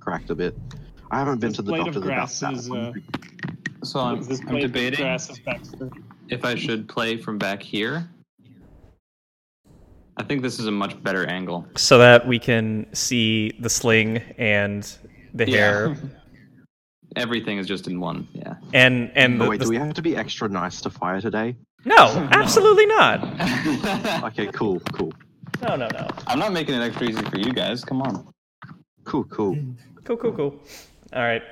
cracked a bit. I haven't been This to the blade doctor of that- grass that is, one. uh, So I'm, this I'm blade of debating grass is Baxter. if I should play from back here. I think this is a much better angle. so that we can see the sling and the hair Everything is just in one. Yeah. and and Oh, the, wait, the- do we have to be extra nice to fire today? no, absolutely not. Okay, cool, cool, No, no, no. I'm not making it extra easy for you guys. Come on. cool, cool. Cool, cool, cool. All right.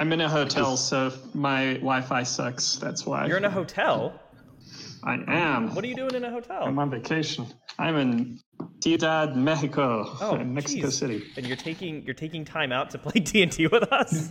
I'm in a hotel, so my Wi-Fi sucks. That's why You're in a hotel. I am. What are you doing in a I'm hotel? on vacation. I'm in Ciudad Mexico, Oh, in Mexico jeez. City. And you're taking you're taking time out to play D and D with us?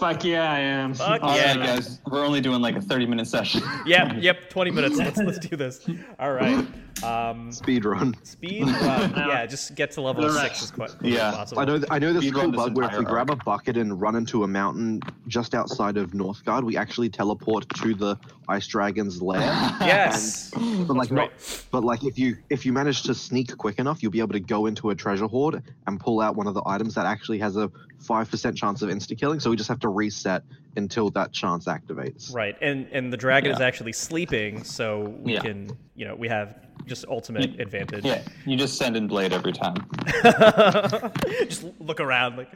Fuck yeah, I am. Fuck All yeah, Hey right. guys, we're only doing like a 30 minute session. Yep, yep. Twenty minutes. Let's let's do this. All right. Um, Speed run. speed. run. yeah, just get to level Alright. six as quick as Yeah. possible. I know, th- I know this Speed cool run this bug where if we entire grab a bucket and run into a mountain just outside of Northgard, we actually teleport to the ice dragon's lair. Yes. but like, right. not, but like, if you if you manage to sneak quick enough, you'll be able to go into a treasure hoard and pull out one of the items that actually has a five percent chance of insta killing. So we just have to reset until that chance activates. Right, and and the dragon is actually sleeping, so we Yeah. can, you know, we have just ultimate advantage. Yeah, you just send in blade every time. just look around, like,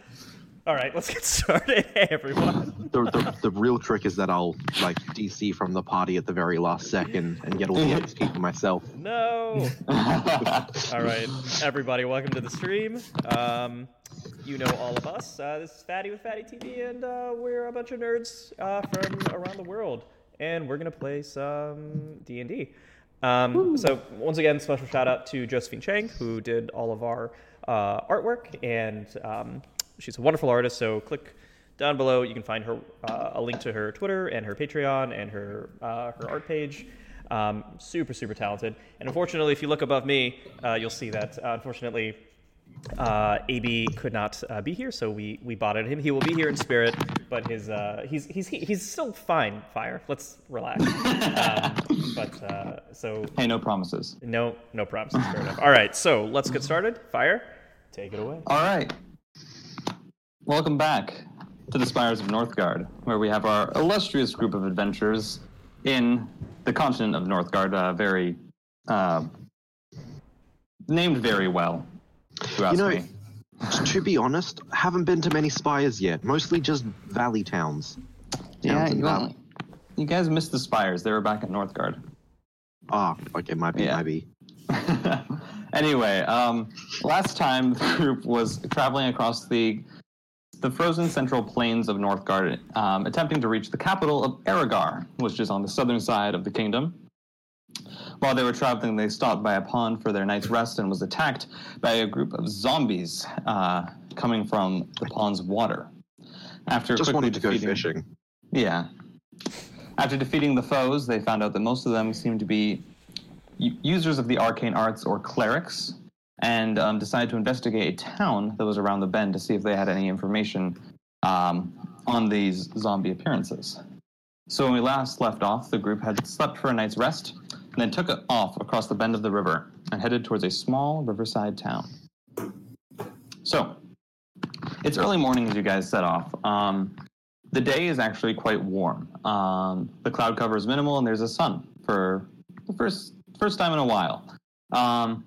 all right, let's get started, hey, everyone. The, the, the real trick is that I'll like DC from the party at the very last second and get all the Mm-hmm. XP for myself. No. all right, everybody, welcome to the stream. Um, you know all of us. Uh, this is Fatty with Fatty TV, and uh, we're a bunch of nerds uh, from around the world, and we're gonna play some D and D. Um, so once again, special shout out to Josephine Chang who did all of our uh, artwork, and um, she's a wonderful artist. So click down below; you can find her uh, a link to her Twitter and her Patreon and her uh, her art page. Um, super, super talented. And unfortunately, if you look above me, uh, you'll see that uh, unfortunately uh, AB could not uh, be here, so we we botted him. He will be here in spirit, but his uh, he's he's he- he's still fine. Fire. Let's relax. um, but uh, so Hey, no promises. no no promises. Fair enough. All right, so let's get started. Fire. Take it away. All right. Welcome back to the Spires of Northgard, where we have our illustrious group of adventurers in the continent of Northgard, uh, very uh, named very well. if You, ask You know, me. to be honest, haven't been to many spires yet. Mostly just valley towns. yeah, Towns and you, valley- only- you guys missed the Spires. They were back at Northgard. Ah, okay, might be, Yeah. might be. anyway, um, last time the group was traveling across the the frozen central plains of Northgard, um, attempting to reach the capital of Aragar, which is on the southern side of the kingdom. While they were traveling, they stopped by a pond for their night's rest and was attacked by a group of zombies uh, coming from the pond's water. After Just quickly wanted to go defeating- fishing. yeah. After defeating the foes, they found out that most of them seemed to be u- users of the arcane arts or clerics, and um, decided to investigate a town that was around the bend to see if they had any information um, on these zombie appearances. So when we last left off, the group had slept for a night's rest, and then took off across the bend of the river and headed towards a small riverside town. So, it's early morning as you guys set off. Um, the day is actually quite warm. Um, the cloud cover is minimal, and there's a sun for the first first time in a while. Um,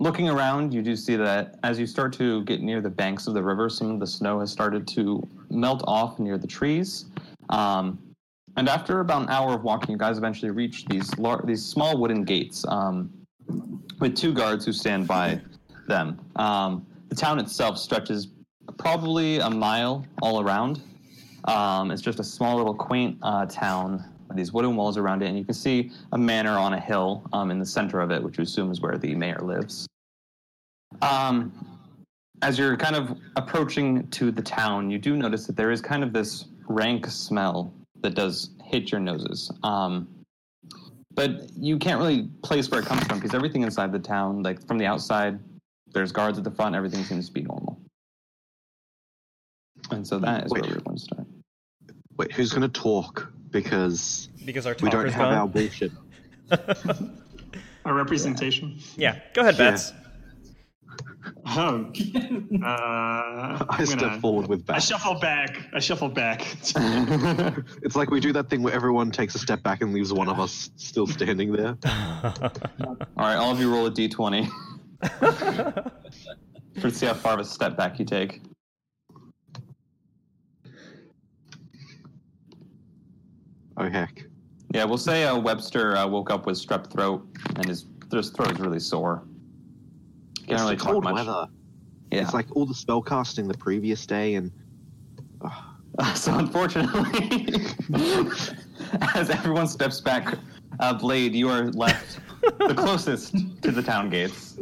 looking around, you do see that as you start to get near the banks of the river, some of the snow has started to melt off near the trees. Um, and after about an hour of walking, you guys eventually reach these lar- these small wooden gates um, with two guards who stand by them. Um, the town itself stretches probably a mile all around. Um, it's just a small little quaint uh, town with these wooden walls around it, and you can see a manor on a hill um, in the center of it, which you assume is where the mayor lives. Um, as you're kind of approaching to the town, you do notice that there is kind of this rank smell that does hit your noses. Um, but you can't really place where it comes from because everything inside the town, like from the outside, there's guards at the front, everything seems to be normal. And so that is where Wait. we're going to start. Wait, who's gonna talk? Because Because our we don't talker's have our gone. bullshit. A representation. Yeah. Go ahead, Yeah. Bats. Oh. Uh, I I step forward with I back. shuffle back. I shuffle back. It's like we do that thing where everyone takes a step back and leaves one of us still standing there. All right, all of you roll a d20 for see how far of a step back you take. Oh heck. Yeah, we'll say uh, Webster uh, woke up with strep throat, and his, his throat is really sore. Can't It's really the talk cold much. weather. Yeah. It's like all the spell casting the previous day and so unfortunately, as everyone steps back, uh, Blade, you are left the closest to the town gates,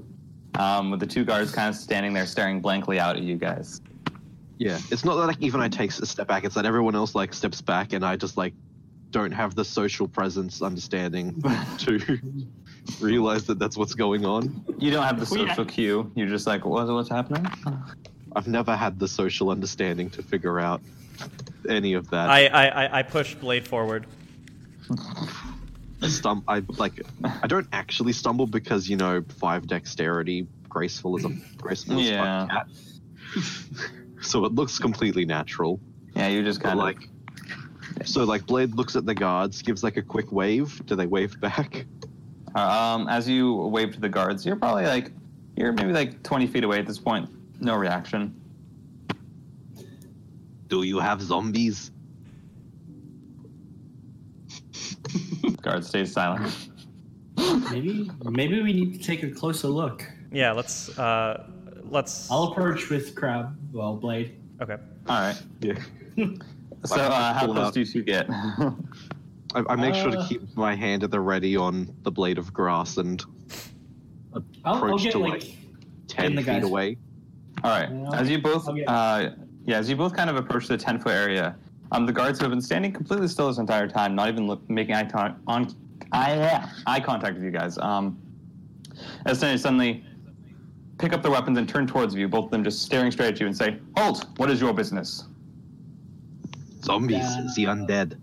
um, with the two guards kind of standing there, staring blankly out at you guys. yeah. It's not that like even I take a step back, it's that everyone else like steps back and I just like don't have the social presence understanding to realize that that's what's going on. You don't have the We- social cue. You're just like, what, what's happening? I've never had the social understanding to figure out any of that. I, I, I- I pushed Blade forward. I stum- I like I don't actually stumble because you know five dexterity graceful as a graceful as Yeah. fuck cat. so it looks completely natural. Yeah, you're just But kind of like so like Blade looks at the guards, gives like a quick wave. Do they wave back? Uh, Um, as you wave to the guards, you're probably like, you're maybe like 20 feet away at this point. No reaction. Do you have zombies? Guard stays silent. Maybe maybe we need to take a closer look. Yeah, let's uh, let's. I'll approach with crab, well, blade. Okay. All right. Yeah. So uh, how Pull close out. do you two get? I, I make sure to Uh. keep my hand at the ready on the blade of grass and I'll, I'll Approach get to like light. ten the feet guys. away. All right. Yeah. As you both, Okay. uh, yeah, as you both kind of approach the ten foot area, um, the guards who have been standing completely still this entire time, not even look, making eye con- on eye, eye contact with you guys, um, as suddenly, suddenly pick up their weapons and turn towards you, both of them just staring straight at you, and say, "Halt! What is your business?" Zombies, Yeah. the undead.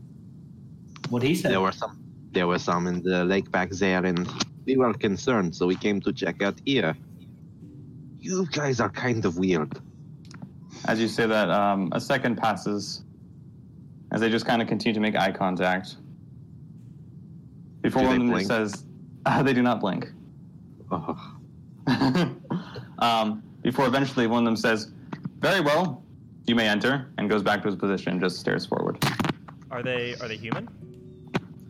what he said. There were some. There were some in the lake back there, and we were concerned, so we came to check out here. You guys are kind of weird. As you say that, um, a second passes as they just kind of continue to make eye contact. Before Do one they of them just says, uh, they do not blink. Ugh. um, before eventually one of them says, very well, you may enter, and goes back to his position and just stares forward. Are they are they human?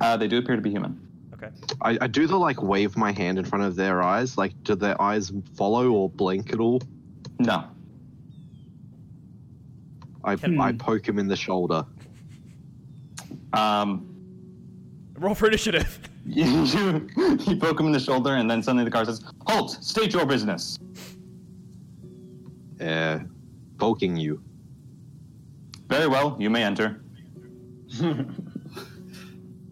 Uh, they do appear to be human. Okay. I, I do the like wave my hand in front of their eyes. Like, do their eyes follow or blink at all? No. I, Hmm. Can- I poke him in the shoulder. Um, Roll for initiative. you, you poke him in the shoulder, and then suddenly the car says, halt, state your business. Uh, poking you. Very well, you may enter.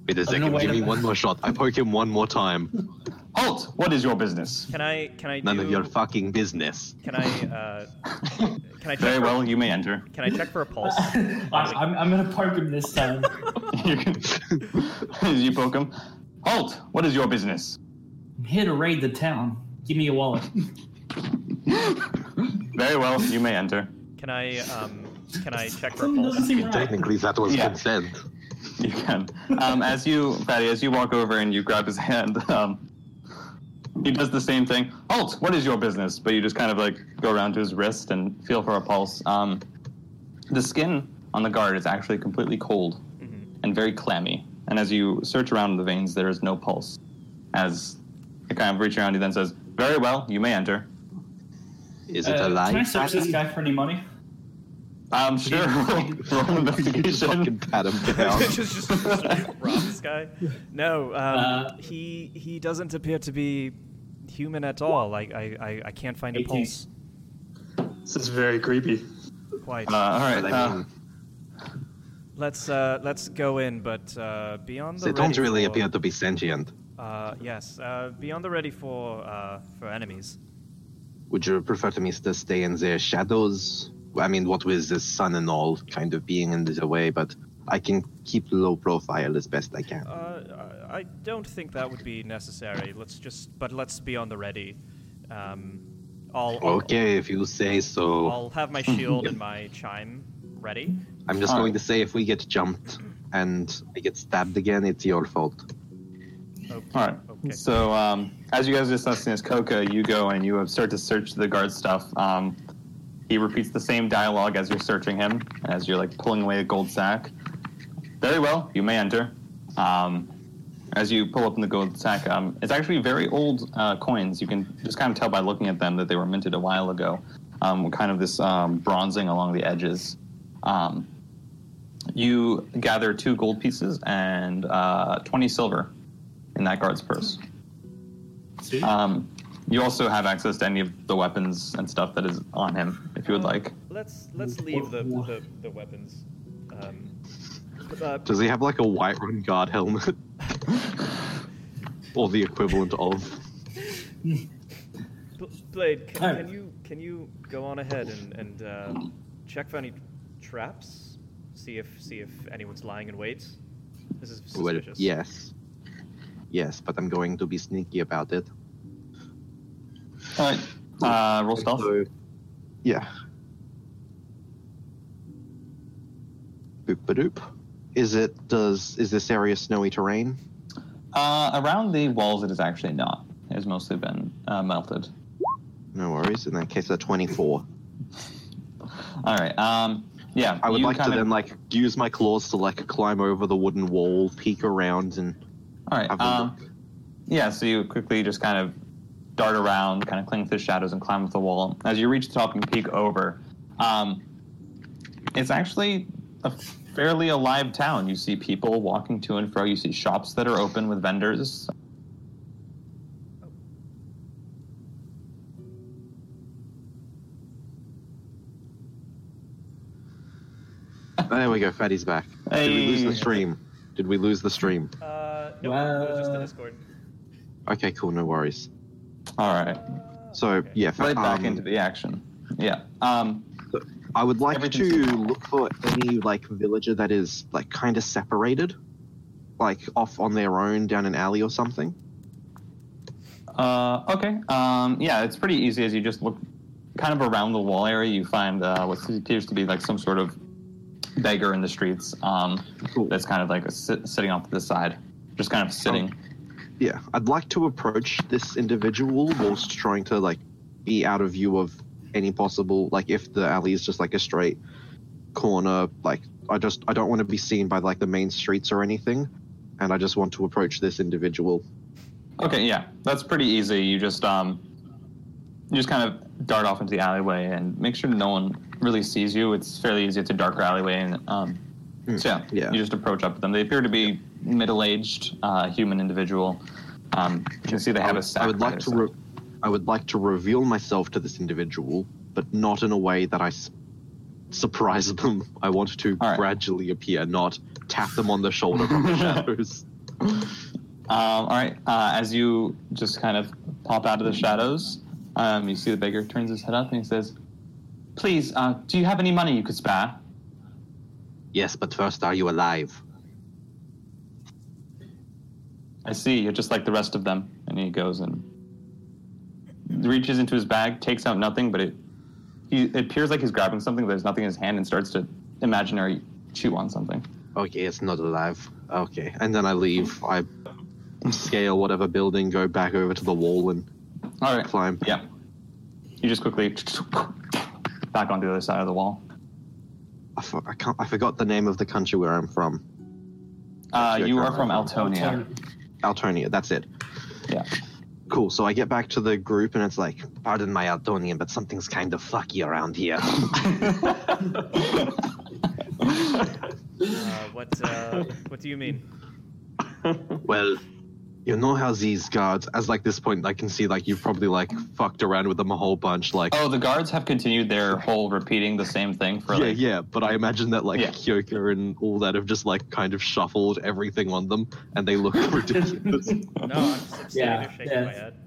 Wait a gonna second. wait Give a- me one more shot. I poke him one more time. Halt, what is your business? Can I can I do? None of your fucking business. Can I uh, can I check? Very for, well, you may enter. Can I check for a pulse? I, I'm, I'm gonna poke him this time. you, can, you poke him. Halt! What is your business? I'm here to raid the town. Give me your wallet. Very well, you may enter. Can I um can I check for a Something doesn't pulse? seem right. Technically, that was Yeah. consent. You can. Um, as you, Fatty, as you walk over and you grab his hand, um, he does the same thing. Halt! What is your business? But you just kind of like go around to his wrist and feel for a pulse. Um, the skin on the guard is actually completely cold and very clammy. And as you search around in the veins, there is no pulse. As I kind of reach around, he then says, "Very well, you may enter." Is it Uh, a lie? can I search this Patty? guy for any money? Um, sure. Roll an Fucking investigation. pat him down. just, just, just rob this guy. No, um, Uh, he he doesn't appear to be human at all. Like I, I, I can't find a 18. pulse. this is very creepy. Quite. Uh, all right. But I uh, mean, let's uh, let's go in, but uh, be on the they ready don't really for, appear to be sentient. Uh, yes, uh, be on the ready for uh, for enemies. Would you prefer to me to stay in their shadows? I mean, what with the sun and all kind of being in the way, but I can keep low profile as best I can. Uh, I I don't think that would be necessary. Let's just, but let's be on the ready. Um, I'll, I'll- Okay, if you say so. I'll have my shield and my chime ready. I'm just All going right. to say if we get jumped and I get stabbed again, it's your fault. Okay. All right. Okay. So um, as you guys are discussing this, Coca, you go and you start to search the guard stuff. Um, he repeats the same dialogue as you're searching him, as you're like pulling away a gold sack. Very well, you may enter. Um, as you pull open the gold sack, um, it's actually very old uh, coins. You can just kind of tell by looking at them that they were minted a while ago. Um, with kind of this um, bronzing along the edges. Um, you gather two gold pieces and uh, 20 silver in that guard's purse. See? Um, you also have access to any of the weapons and stuff that is on him, if you would like. Let's let's leave the the, the weapons. Um, uh, Does he have like a white run guard helmet? or the equivalent of. Bl- Blade, Oh. can, can you can you go on ahead and and uh, check for any traps? See if see if anyone's lying in wait. This is Well, suspicious. yes. Yes, but I'm going to be sneaky about it. All right. Uh, roll stealth. So, yeah. Boop ba doop. Is it does is this area snowy terrain? Uh, around the walls, it is actually not. It has mostly been uh, melted. No worries. In that case, a twenty-four. All right. Um, yeah. I would you like to kind of- then like use my claws to like climb over the wooden wall, peek around, and All right. have a Um, yeah. So you quickly just kind of dart around, kind of cling to the shadows, and climb up the wall. As you reach the top and peek over, um, it's actually a fairly alive town. You see people walking to and fro. You see shops that are open with vendors. Oh, there we go. Fatty's back. Did we lose the Hey. stream? Did we lose the stream? Uh, no, it was just the Wow. Discord. Okay, cool. No worries. All right. So Okay. yeah, fa- Right back um, into the action. Yeah. Um, I would like to Everything's look for any like villager that is like kind of separated, like off on their own down an alley or something. Uh, okay. Um, yeah, it's pretty easy as you just look kind of around the wall area. You find uh, what appears to be like some sort of beggar in the streets um, Cool. that's kind of like sit- sitting off to the side, just kind of sitting. Yeah, I'd like to approach this individual whilst trying to like be out of view of any possible like if the alley is just like a straight corner. Like I just I don't want to be seen by like the main streets or anything, and I just want to approach this individual. Oh. Okay, yeah, that's pretty easy. You just um, you just kind of dart off into the alleyway and make sure no one really sees you. It's fairly easy. It's a darker alleyway, and um, Hmm, so yeah, yeah. you just approach up to them. They appear to be middle-aged uh, human individual. Um, you can see they have a sack. I would by like their to side. re- I would like to reveal myself to this individual, but not in a way that I s- surprise them. I want to All right. gradually appear, not tap them on the shoulder from the shadows. Um, all right. Uh, as you just kind of pop out of the shadows, um, you see the beggar turns his head up and he says, "Please, uh, do you have any money you could spare?" Yes, but first, are you alive? I see you're just like the rest of them. And he goes and reaches into his bag, takes out nothing, but it he it appears like he's grabbing something. There's nothing in his hand, and starts to imaginary chew on something. Okay, it's not alive. Okay, and then I leave. I scale whatever building, go back over to the wall, and All right. climb. Yeah. You just quickly back onto the other side of the wall. I, for- I can't. I forgot the name of the country where I'm from. Uh, Actually, I you can't are from remember. Altonia. Altonia. That's it. Yeah. Cool. So I get back to the group, and it's like, pardon my Altonian, but something's kind of fucky around here. Uh, what uh, what do you mean? Well, you know how these guards, as like this point, I can see like you've probably like fucked around with them a whole bunch. Like, Oh, the guards have continued their whole repeating the same thing for like. yeah, yeah. But I imagine that like Yeah. Kyoko and all that have just like kind of shuffled everything on them, and they look ridiculous. No, I'm just I'm standing Yeah, there shaking my head. Yeah.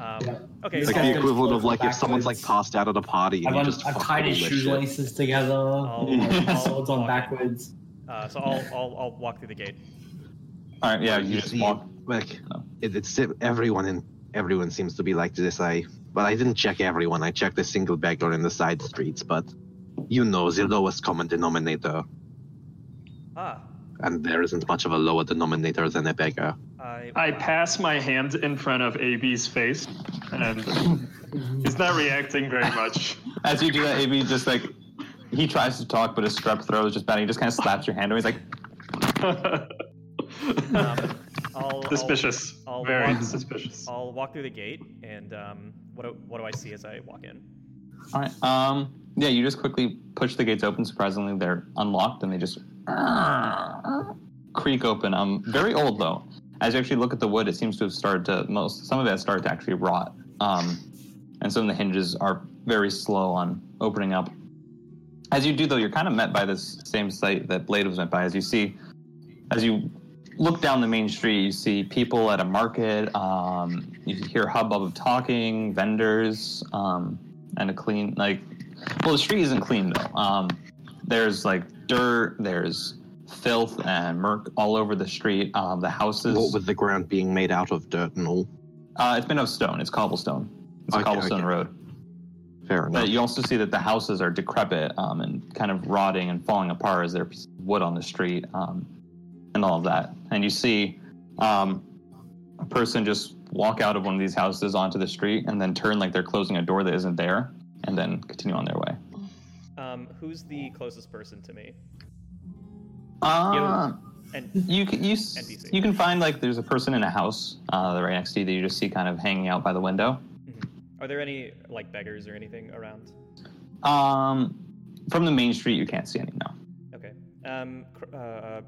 Um, okay, This like guy- the guy's so equivalent of going like if someone's like backwards. passed out at a party and I've, you un- just I've fuck tied his all their shit. shoelaces together. I'll, His I'll, walk Swords on in. backwards. Uh, so I'll, I'll I'll walk through the gate. All right. Yeah. You You just see, walk. Like No. it, it's everyone in everyone seems to be like this. I But I didn't check everyone. I checked the single beggar in the side streets, but you know the lowest common denominator, Ah, and there isn't much of a lower denominator than a beggar. I. I pass my hand in front of AB's face, and he's not reacting very much. As you do that, AB just like he tries to talk, but his strep throat is just bad. He just kind of slaps your hand, and he's like, Um, I'll, suspicious. I'll very walk- suspicious. I'll, I'll walk through the gate, and um, what do, what do I see as I walk in? "All right, um, yeah." You just quickly push the gates open. Surprisingly, they're unlocked, and they just creak open. Um, very old though. As you actually look at the wood, it seems to have started to most some of it has started to actually rot. Um, and some of the hinges are very slow on opening up. As you do though, you're kind of met by this same sight that Blade was met by. As you see, as you look down the main street, you see people at a market. Um, you hear hubbub of talking, vendors, um, and a clean like. Well, the street isn't clean though. Um, there's like dirt. There's filth and murk all over the street. Um, the houses. What with the ground being made out of dirt and all. uh, it's made of stone. It's cobblestone. It's a Okay, cobblestone okay. road. Fair enough. But you also see that the houses are decrepit um, and kind of rotting and falling apart as there are pieces of wood on the street um, and all of that. And you see um, a person just walk out of one of these houses onto the street and then turn like they're closing a door that isn't there and then continue on their way. Um, who's the closest person to me? Uh, And you can you, s- NPC. you can find like there's a person in a house uh, right next to you that you just see kind of hanging out by the window. are there any like beggars or anything around? Um, from the main street, you can't see any now. Okay. Um, Cr- uh, uh,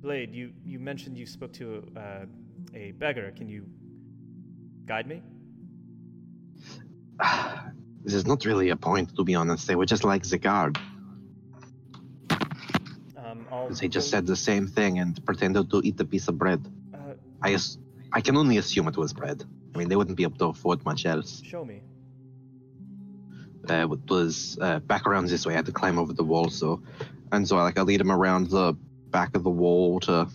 Blade, you you mentioned you spoke to uh, a beggar. Can you guide me? this is not really a point, to be honest. They were just like the guard. Um, I'll, They just go- said the same thing and pretended to eat a piece of bread. Uh, I, ass- I can only assume it was bread. I mean, they wouldn't be able to afford much else. show me. Uh, it was uh, back around this way. I had to climb over the wall, so and so like I lead him around the back of the wall to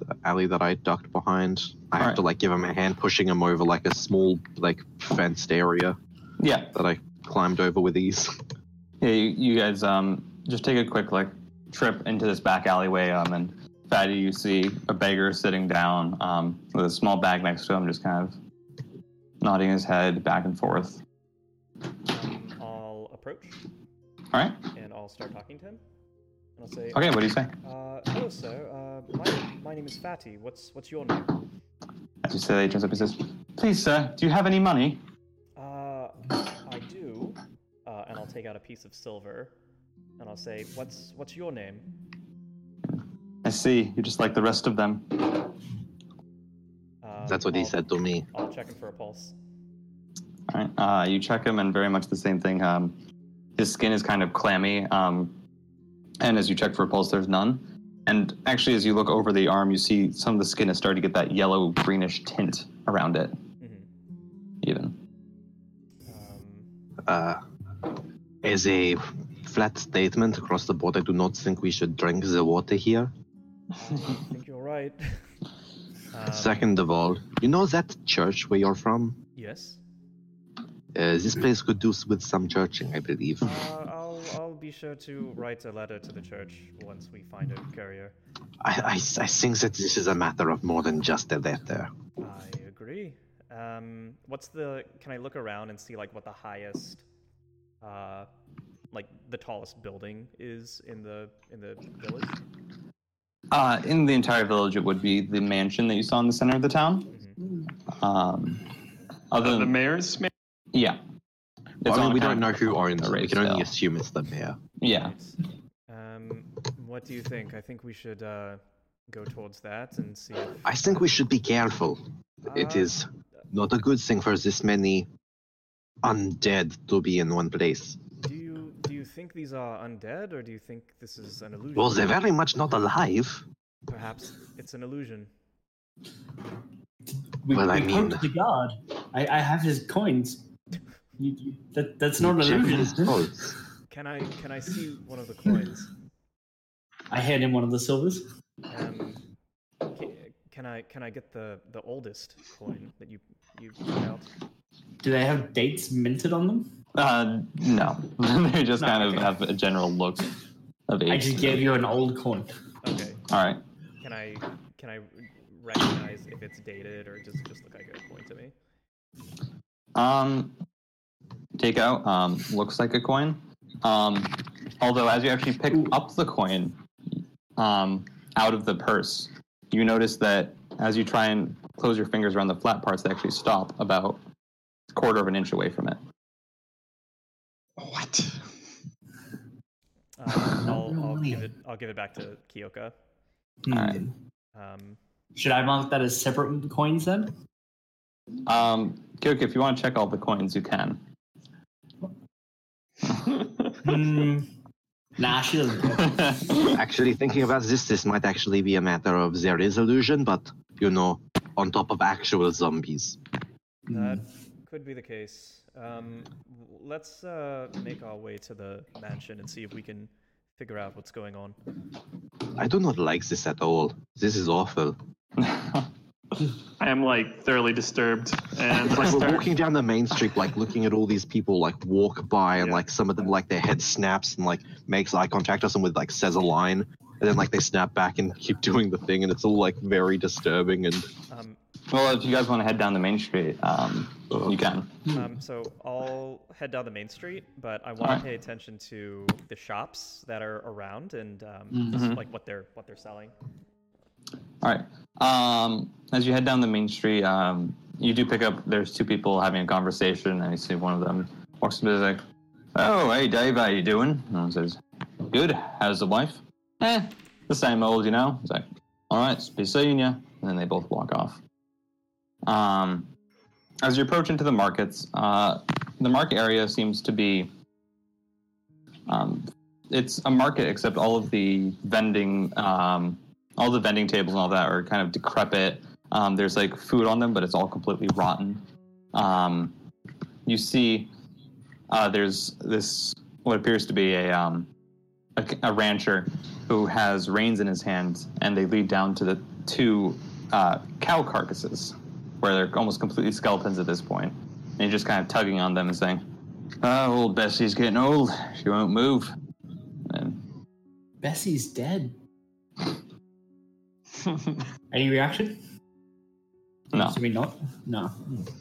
the alley that I ducked behind. I have Alright. to like give him a hand, pushing him over like a small like fenced area Yeah, that I climbed over with ease. Yeah, you, you guys um, just take a quick like trip into this back alleyway, um, and Fatty, you see a beggar sitting down um, with a small bag next to him, just kind of nodding his head back and forth. Um, I'll approach All right. and I'll start talking to him. And I'll say, Okay. What do you say? uh, "Hello, sir. Uh, my, my name is Fatty. What's what's your name?" As you say, that, he turns up and says, "Please, sir, do you have any money?" Uh, I do. Uh, and I'll take out a piece of silver, and I'll say, "What's what's your name?" I see. You're just like the rest of them. Um, That's what he I'll- said to me. I'll check him for a pulse. All right. Uh, you check him, and very much the same thing. Um, his skin is kind of clammy, um, and as you check for a pulse, there's none. And actually, as you look over the arm, you see some of the skin has started to get that yellow greenish tint around it, Mm-hmm. even. Um, Uh, as a flat statement across the board, I do not think we should drink the water here. I think you're right. Um, Second of all, you know that church where you're from? Yes. Uh, this place could do s- with some churching, I believe. Uh, I'll I'll be sure to write a letter to the church once we find a courier. I, I, I think that this is a matter of more than just a letter. I agree. Um, what's the? Can I look around and see like what the highest, uh, like the tallest building is in the in the village? Uh, in the entire village, it would be the mansion that you saw in the center of the town. Mm-hmm. Um, other the than, mayor's man. yeah, It's I on mean, we don't account- know who owns it. We can Raised only Hill. assume it's the mayor. Yeah, Um, what do you think? I think we should uh, go towards that and see. If, I think we should be careful. It Uh, is not a good thing for this many undead to be in one place. do you do you think these are undead, or do you think this is an illusion? Well, they're very much not alive. Perhaps it's an illusion. We, Well, I we mean- poked the guard. I, I have his coins. You, you, that, that's not an Check illusion. his pulse. Can I can I see one of the coins? I hand him one of the silvers. Um, ca- can I can I get the the oldest coin that you you put out? Do they have dates minted on them? Uh, no, they just No, kind of okay. have a general look of age. I just gave you an old coin. Okay. All right. Can I can I recognize if it's dated or does it just look like a coin to me? Um, take out. Um, looks like a coin. Um, although as you actually pick up the coin, um, out of the purse, you notice that as you try and close your fingers around the flat parts, they actually stop about a quarter of an inch away from it. What? Uh, I'll, real I'll money. give it I'll give it back to Kyoka. Alright. Hmm. Um, Should I mark that as separate coins then? Um, Kyoka, if you want to check all the coins, you can. Hmm. Nah, she doesn't. care. Actually, thinking about this, this might actually be a matter of there is illusion, but you know, on top of actual zombies. that Mm-hmm. could be the case. Um, w- let's uh, make our way to the mansion and see if we can figure out what's going on. I do not like this at all. This is awful. I am like thoroughly disturbed, and It's I like we're start, walking down the main street, like looking at all these people, like walk by, and Yeah. like some of them, like their head snaps and like makes eye contact or someone like says a line, and then like they snap back and keep doing the thing, and it's all like very disturbing. And Um, well, if you guys want to head down the main street, um, you can. Hmm. um, so I'll head down the main street, but I want Alright. to pay attention to the shops that are around and um, Mhm. Mm-hmm. just, like what they're what they're selling. All right. Um, as you head down the main street, um, you do pick up. There's two people having a conversation, and you see one of them walks up and is like, "Oh, hey Dave, how you doing?" And one says, "Good. How's the wife?" "Eh, the same old, you know." He's like, "All right, be seeing ya." And then they both walk off. Um, as you approach into the markets, uh, the market area seems to be. Um, it's a market, except all of the vending um, all the vending tables and all that are kind of decrepit. Um, there's like food on them, but it's all completely rotten. Um, you see, uh, there's this what appears to be a, um, a a rancher who has reins in his hands, and they lead down to the two uh, cow carcasses, where they're almost completely skeletons at this point. And he's just kind of tugging on them and saying, "Oh, old Bessie's getting old. She won't move." And Bessie's dead. Any reaction? no. Should we not? No.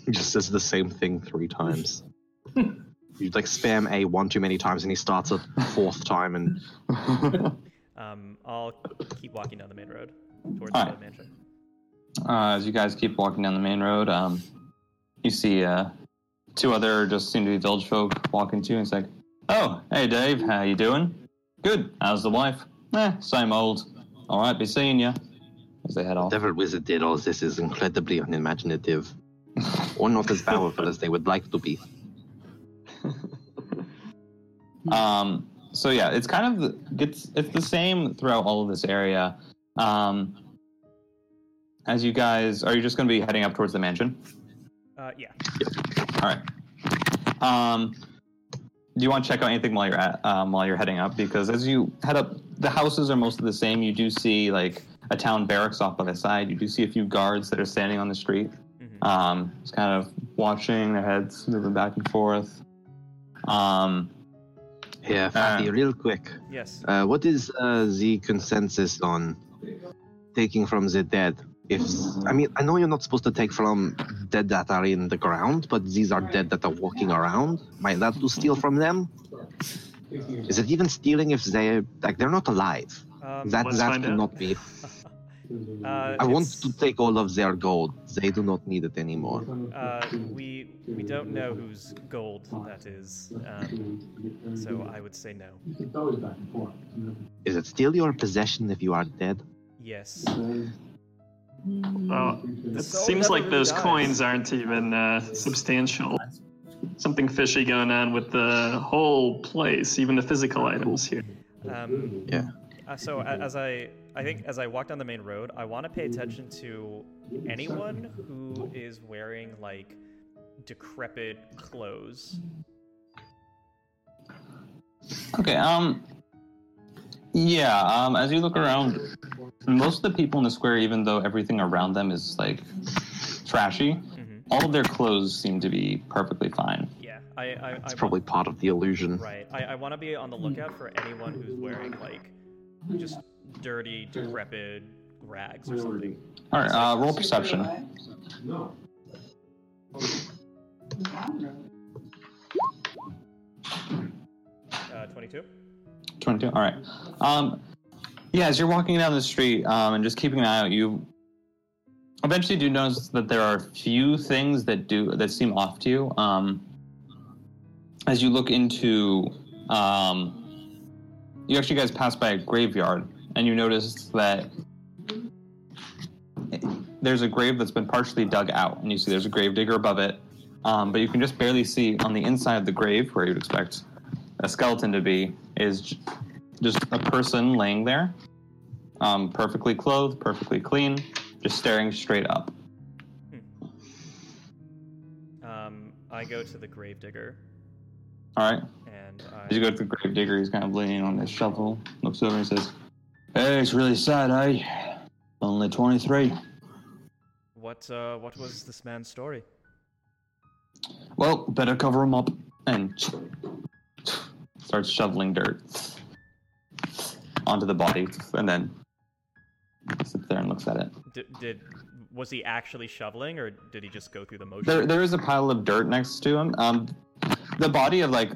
he just says the same thing three times. You like spam A one too many times, and he starts a fourth time, and Um, I'll keep walking down the main road towards the Alright. mansion. Uh, as you guys keep walking down the main road, um, you see uh, two other just seem to be village folk walking to you. And it's like, "Oh, hey Dave, how you doing? Good. How's the wife? Eh, same old. All right, be seeing ya." As they head off. Devil Wizard did all this is incredibly unimaginative, or not as powerful as they would like to be. Um, so yeah, it's kind of the, it's it's the same throughout all of this area. Um, as you guys, are you just going to be heading up towards the mansion? Uh, yeah. All right. Um, do you want to check out anything while you're at um, while you're heading up? Because as you head up, the houses are mostly the same. You do see like a town barracks off by the side. You do see a few guards that are standing on the street, Mhm. um, just kind of watching their heads moving back and forth. Um, Here, Fatty, real quick. Yes. Uh, what is uh, the consensus on taking from the dead? If I mean, I know you're not supposed to take from dead that are in the ground, but these are dead that are walking around. Might that do steal from them? Is it even stealing if they like they're not alive? Um, That Let's that find cannot out. be. uh, I want it's- to take all of their gold. They do not need it anymore. Uh, we we don't know whose gold that is, um, so I would say no. Is it still your possession if you are dead? Yes. Oh, it It's all seems that like really those dies. coins aren't even uh, substantial. Something fishy going on with the whole place, even the physical items here. Um, Yeah. uh, so a- as I I think as I walk down the main road, I want to pay attention to anyone who is wearing like decrepit clothes. Okay. Um. Yeah. Um. As you look around, most of the people in the square, even though everything around them is like trashy, Mhm. all of their clothes seem to be perfectly fine. Yeah, I. I, I It's wa- probably part of the illusion. Right. I, I want to be on the lookout for anyone who's wearing like just dirty, decrepit rags or something. All right, uh, roll perception. Uh, Twenty-two. 22. All right. Um, yeah, as you're walking down the street um, and just keeping an eye out, you eventually do notice that there are a few things that do that seem off to you. Um, as you look into, um, you actually guys pass by a graveyard, and you notice that there's a grave that's been partially dug out, and you see there's a grave digger above it. Um, but you can just barely see on the inside of the grave, where you'd expect a skeleton to be is j- just a person laying there, um, perfectly clothed, perfectly clean, just staring straight up. Um, I go to the gravedigger All right. and As you I, go to the grave digger, he's kind of leaning on his shovel, looks over and says, "Hey, it's really sad, eh? Only 23." what uh, what was this man's story? Well, better cover him up. And starts shoveling dirt onto the body, and then sits there and looks at it. D- did was he actually shoveling or did he just go through the motion? There, there is a pile of dirt next to him. Um, the body of like,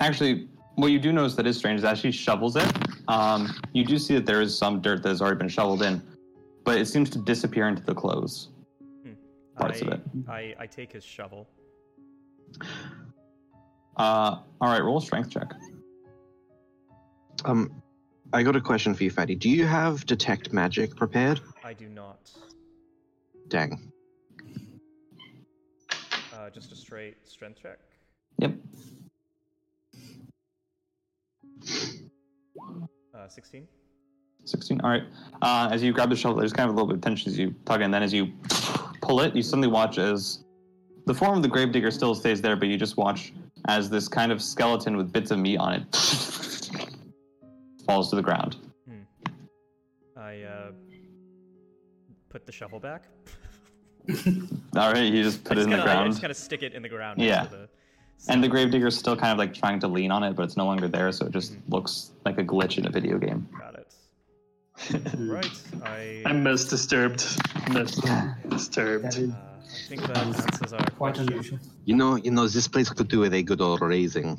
actually, what you do notice that is strange is as she shovels it, um, you do see that there is some dirt that has already been shoveled in, but it seems to disappear into the clothes. parts I, of it. I I take his shovel. Uh, all right, roll a strength check. Um, I got a question for you, Fatty. Do you have detect magic prepared? I do not. Dang. Uh, just a straight strength check. Yep. Uh, Sixteen. 16. All right. Uh, as you grab the shovel, there's kind of a little bit of tension as you tug it, and then as you pull it, you suddenly watch as the form of the gravedigger still stays there, but you just watch as this kind of skeleton with bits of meat on it falls to the ground. I uh, put the shovel back. All right, you just put I it just in the kinda, I ground, just kind of stick it in the ground. next Yeah. to the- and the gravedigger's still kind of like trying to lean on it, but it's no longer there, so it just looks like a glitch in a video game. Got it. right. I, uh, I'm most disturbed. Most That disturbed. is I think that answers our quite question. unusual. You know, you know, this place could do with a good old raising.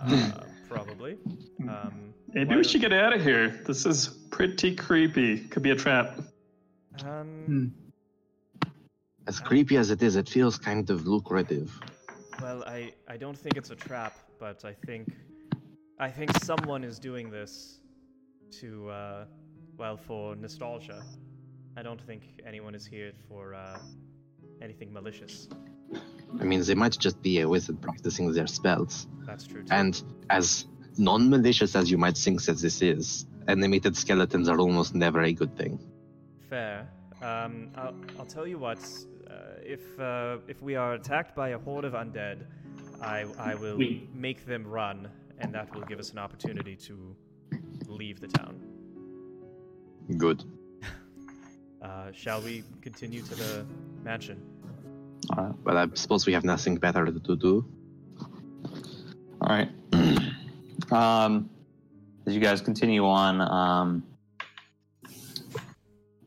Uh, probably. Hmm. Um, Maybe why we don't- should get out of here. This is pretty creepy. Could be a trap. Um, Hmm. As creepy as it is, it feels kind of lucrative. well, I, I don't think it's a trap, but I think I think someone is doing this to uh, well for nostalgia. I don't think anyone is here for uh, anything malicious. I mean, they might just be a wizard practicing their spells. That's true. Too. And as non malicious as you might think that this is, animated skeletons are almost never a good thing. Fair. Um, I'll, I'll tell you what. Uh, if uh, if we are attacked by a horde of undead, I I will We- make them run, and that will give us an opportunity to leave the town. Good. Uh, shall we continue to the mansion? All right. But I suppose we have nothing better to do. All right. um, as you guys continue on, um,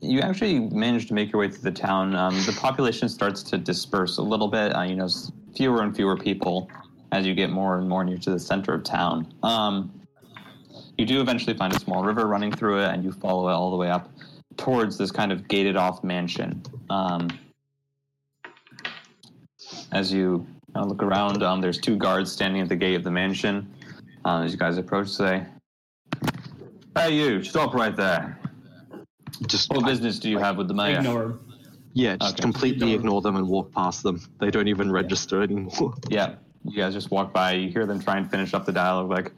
you actually manage to make your way through the town. Um, the population starts to disperse a little bit. Uh, you know, s- fewer and fewer people as you get more and more near to the center of town. Um, you do eventually find a small river running through it, and you follow it all the way up towards this kind of gated off mansion. Um, as you uh, look around, um, there's two guards standing at the gate of the mansion. Uh, as you guys approach, say, "Hey, you! Stop right there! Just What business do you have with the mayor?" Ignore him. yeah, just Okay. completely ignore them and walk past them. They don't even register anymore. Yeah, you guys just walk by. You hear them try and finish up the dialogue, like,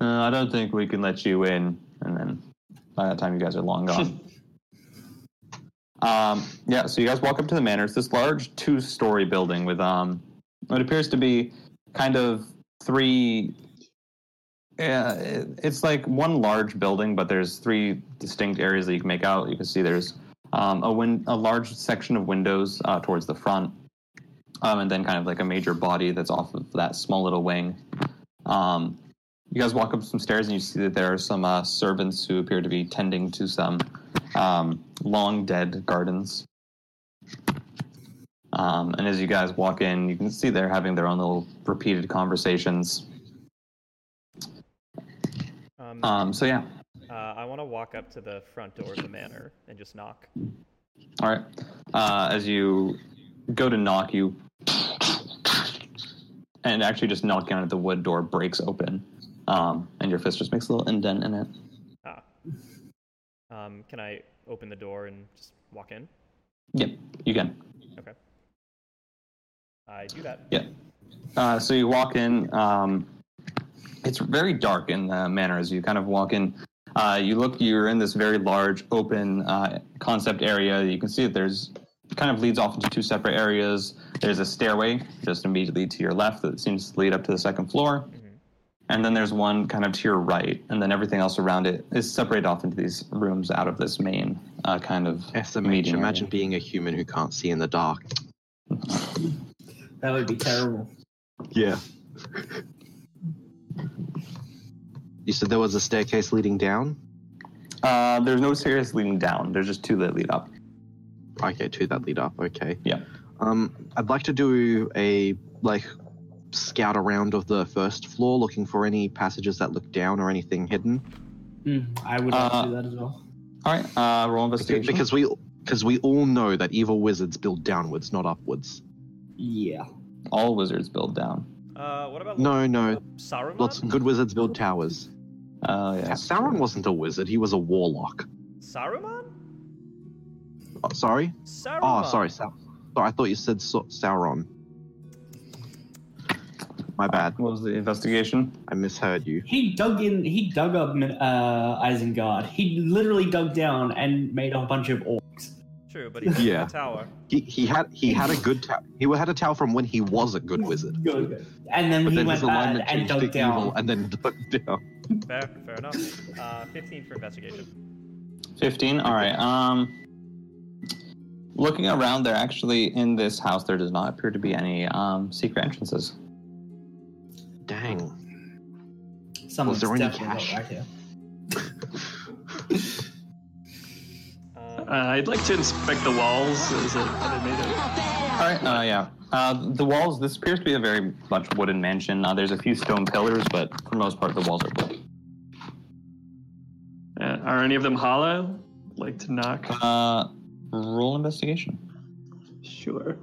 uh, "I don't think we can let you in," and then by that time, you guys are long gone. um, yeah, so you guys walk up to the manor. It's this large two-story building with um, what appears to be kind of three. Yeah, it- it's like one large building, but there's three distinct areas that you can make out. You can see there's um, a, win- a large section of windows uh, towards the front, um, and then kind of like a major body that's off of that small little wing. Um, you guys walk up some stairs and you see that there are some uh, servants who appear to be tending to some um, long dead gardens. Um, and as you guys walk in, you can see they're having their own little repeated conversations. Um, Um, so yeah, uh, I want to walk up to the front door of the manor and just knock. all right. Uh, as you go to knock, you and actually just knock down at the wood door breaks open, um, and your fist just makes a little indent in it. Ah. Um, can I open the door and just walk in? Yep, you can. Okay. I do that. Yeah. Uh, so you walk in. Um, it's very dark in the manor as you kind of walk in. Uh, you look. You're in this very large open uh, concept area. You can see that there's kind of leads off into two separate areas. There's a stairway just immediately to your left that seems to lead up to the second floor, and then there's one kind of to your right, and then everything else around it is separated off into these rooms out of this main uh, kind of SMH, meeting area. imagine being a human who can't see in the dark. That would be terrible. Yeah. you said there was a staircase leading down? Uh, there's no stairs leading down. There's just two that lead up. Okay, to that lead up. Okay. Yeah. Um, I'd like to do a like scout around of the first floor, looking for any passages that look down or anything hidden, Hmm, I would like Uh, to do that as well. All right, uh, roll investigation. because, because we because we all know that evil wizards build downwards, not upwards. Yeah. all wizards build down. Uh, what about No, no. Saruman? Lots of good wizards build towers. Oh yeah. Sauron wasn't a wizard; he was a warlock. Saruman? Oh, sorry. Saruman. Oh, sorry, Sau- sorry. I thought you said Sau- Sauron. My bad. What was the investigation? I misheard you. He dug in. He dug up uh, Isengard. He literally dug down and made a bunch of orcs. True, but he's Yeah. in the tower. He, he had he had a good tower. He had a tower from when he was a good wizard. Good. And then But he then went his bad alignment and changed dug to evil down. and then dug down. Fair, fair enough. Uh, 15 for investigation. Fifteen. All right. Um, looking around, there actually in this house there does not appear to be any um, secret entrances. Dang. Someone's there any definitely got cash? Right here. Um, Uh, I'd like to inspect the walls. Is it? Have they made it? All right. Uh, yeah. Uh, the walls. This appears to be a very much wooden mansion. Uh, there's a few stone pillars, but for the most part, the walls are wood. Uh, are any of them hollow? I'd like to knock. Uh, roll investigation. Sure.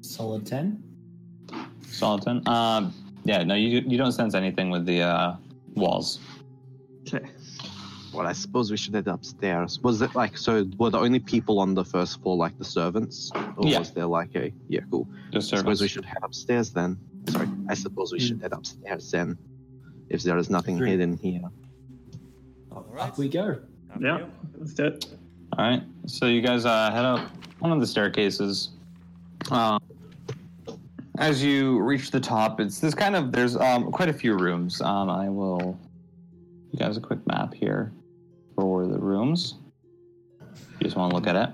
Solid ten. Solid ten. Uh, yeah. No, you you don't sense anything with the uh, walls. Okay. Well, I suppose we should head upstairs. Was it like so? Were the only people on the first floor like the servants, or Yeah. was there like a yeah? Cool. Just I suppose we service. should head upstairs then. Sorry, I suppose we should head upstairs then, if there is nothing Hmm. Agreed. hidden here. Alright. Up we go. after Yeah. you. Let's do it. All right. So you guys uh, head up one of the staircases. Um, as you reach the top, it's this kind of there's um, quite a few rooms. Um, I will you guys a quick map here for the rooms. You just want to look at it.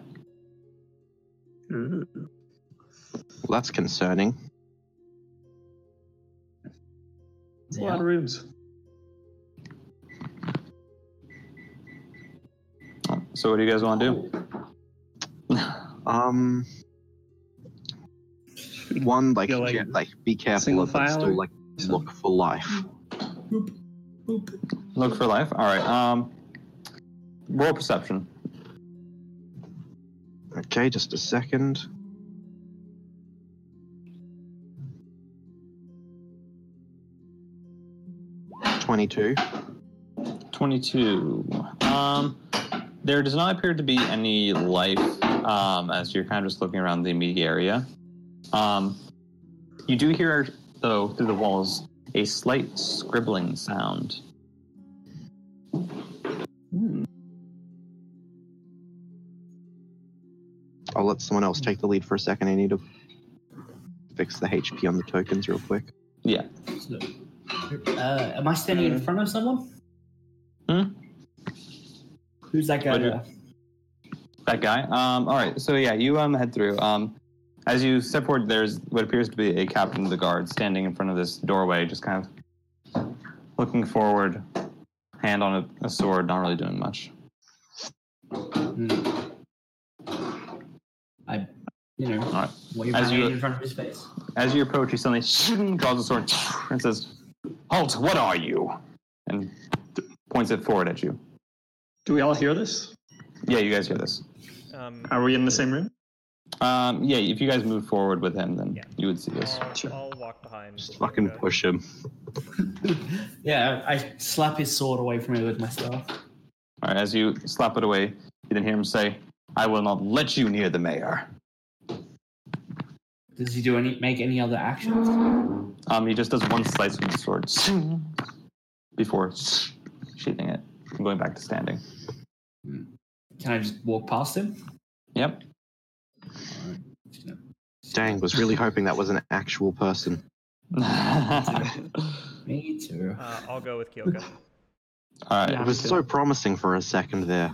Ooh. Well, that's concerning. It's A lot of rooms. So what do you guys want to do? Um, one like Feel like yeah, like be careful, single of but file still or like look for life. Boop. Look for life. All right. Um, roll perception. Okay, just a second. Twenty-two. Twenty-two. Um, there does not appear to be any life um, as you're kind of just looking around the immediate area. Um, you do hear, though, through the walls, a slight scribbling sound. I'll let someone else take the lead for a second. I need to fix the HP on the tokens real quick. Yeah. So, uh, am I standing in front of someone? Hmm? Who's that guy? Roger. there? That guy. Um, all right. So yeah, you um, head through. Um, as you step forward, there's what appears to be a captain of the guard standing in front of this doorway, just kind of looking forward, hand on a, a sword, not really doing much. Hmm. I, you know, All right. wave my As you- hand in front of his face. As you approach, he suddenly draws a sword and says, "Halt! What are you?" and th- points it forward at you. Do we all hear this? Yeah, you guys hear this. Um, Are we in the same room? Um, yeah, if you guys move forward with him, then Yeah. you would see this. I'll, Sure. I'll walk behind. Just fucking Yoga. push him. Yeah, I slap his sword away from me with my staff. All right, as you slap it away, you then hear him say, "I will not let you near the mayor." Does he do any make any other actions? Um, he just does one slice with the sword before sheathing it and going back to standing. Can I just walk past him? Yep. Dang, was really hoping that was an actual person. All Me too. Uh, I'll go with Kyoka. right. It was so promising for a second there.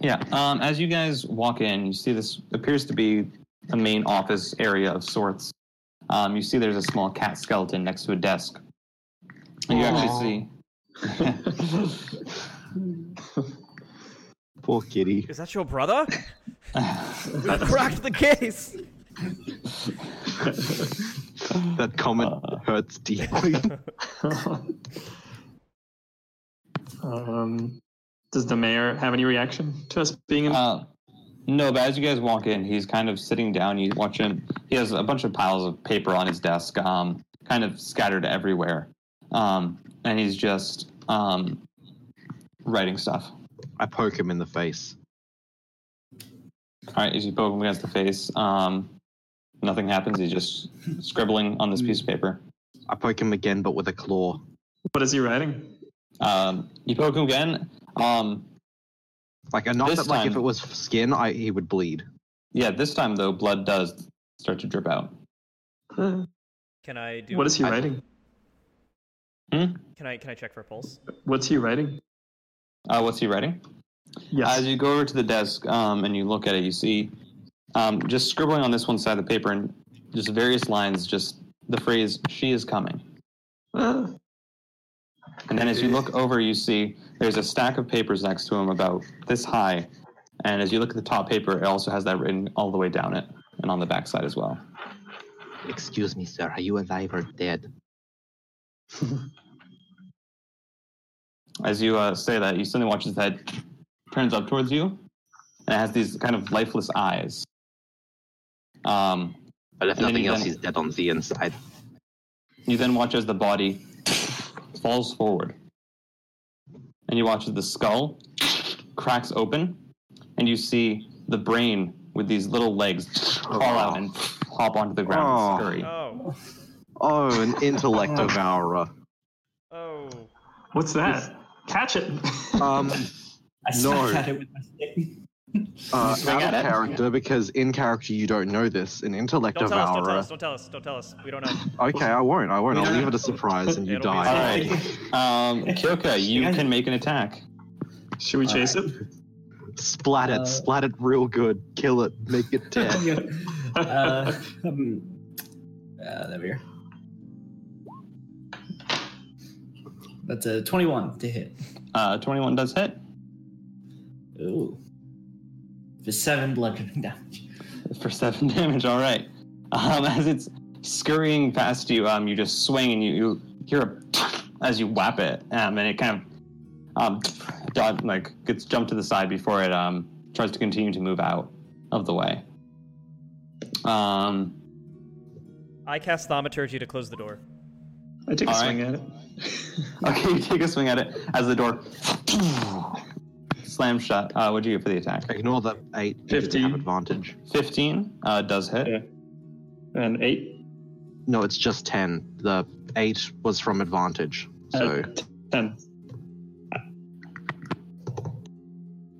Yeah. Um, as you guys walk in, you see this appears to be a main office area of sorts. Um, you see there's a small cat skeleton next to a desk. And you actually see. Poor kitty. Is that your brother? We cracked the case. That comment hurts deeply. um, does the mayor have any reaction to us being in? Uh, no, but as you guys walk in, he's kind of sitting down. You watch him. He has a bunch of piles of paper on his desk, um, kind of scattered everywhere, um, and he's just um, writing stuff. I poke him in the face. All right, as you poke him against the face, um, nothing happens. He's just scribbling on this piece of paper. I poke him again, but with a claw. what is he writing? Um, you poke him again. Um, Like enough This that, like, if time- it was skin, I he would bleed. yeah, this time though, blood does start to drip out. Can I do? What is he I- writing? Can I can I check for a pulse? What's he writing? Uh, what's he writing? Yes. As you go over to the desk um, and you look at it, you see um, just scribbling on this one side of the paper and just various lines, just the phrase, she is coming. Uh, And then as you look over, you see there's a stack of papers next to him about this high. And as you look at the top paper, it also has that written all the way down it and on the back side as well. Excuse me, sir. Are you alive or dead? As you uh, say that, you suddenly watch his head turns up towards you and it has these kind of lifeless eyes. Um, But if And then nothing he else, done- he's dead on the inside. You then watch as the body falls forward. And you watch as the skull cracks open, and you see the brain with these little legs crawl out and hop onto the ground and scurry. Oh, Oh, an intellect devourer. oh. what's that? Catch it. Um, I smack No. at it with my stick. uh, swing out at of it? character because in character you don't know this. An intellect Don't tell us! Don't tell devourer. us! Don't tell us! Don't tell us! We don't know. Okay, I won't. I won't. I'll leave it a surprise and you It'll be die. All right, um, Kyoka, you can make an attack. Should we chase it? Splat it. Uh, splat it real good. Kill it. Make it dead. uh, um, uh, there we go. That's a 21 to hit. Uh, Twenty-one does hit Ooh. For seven bludgeoning damage. for seven damage. All right. Um, as it's scurrying past you, um, you just swing and you, you hear a as you whap it, um, and it kind of um, dodge, like gets jumped to the side before it um, tries to continue to move out of the way. Um, I cast thaumaturgy to close the door. I take a All right. swing at it. okay, you take a swing at it as the door slams shut. Uh, what do you get for the attack? Ignore the eight. You didn't have 50. advantage. Fifteen uh, does hit. Yeah. An eight. No, it's just ten. The eight was from advantage. So Uh, ten.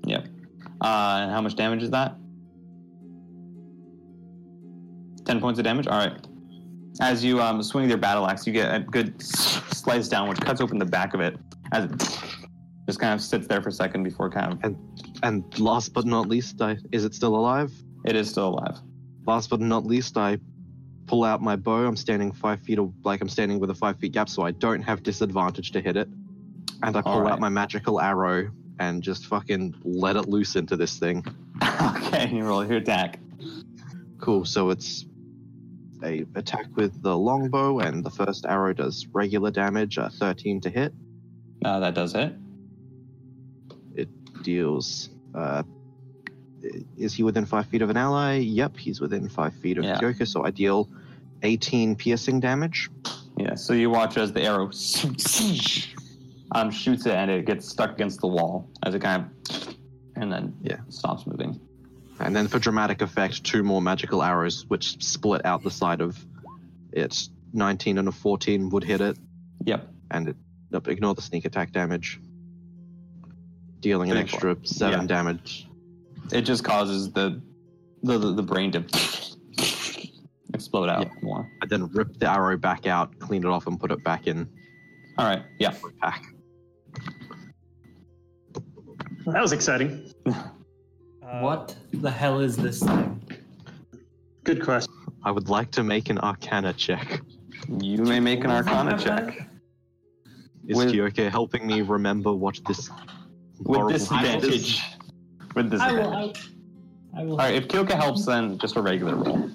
Yep. Uh, and how much damage is that? Ten points of damage. All right. As you um, swing your battle axe, you get a good slice down, which cuts open the back of it. As it just kind of sits there for a second before kind of And last but not least, I is it still alive? it is still alive. Last but not least, I pull out my bow. I'm standing five feet, a- like I'm standing with a five feet gap, so I don't have disadvantage to hit it. And I pull Alright. out my magical arrow and just fucking let it loose into this thing. okay, and you roll your attack. Cool. So it's a attack with the longbow, and the first arrow does regular damage, uh, 13 to hit. Uh, that does hit. Deals. Uh, i- is he within five feet of an ally? Yep, he's within five feet of Yeah. Joker. So I deal 18 piercing damage. Yeah, so you watch as the arrow um, shoots it and it gets stuck against the wall as it kind of and then Yeah. stops moving. And then for dramatic effect, two more magical arrows which split out the side of it. 19 and a 14 would hit it, Yep. and it nope, ignore the sneak attack damage, dealing an Big extra seven Yeah. damage. It just causes the the, the, the brain to explode out more. I then rip the arrow back out, clean it off, and put it back in All right. Yeah. my pack. That was exciting. Uh, what the hell is this thing? Good question. I would like to make an Arcana check. You may make an Arcana check Is With- Kyoke helping me remember what this with horrible- disadvantage. With I will. disadvantage. I, I will. All right. If Kyoka helps, then just a regular roll.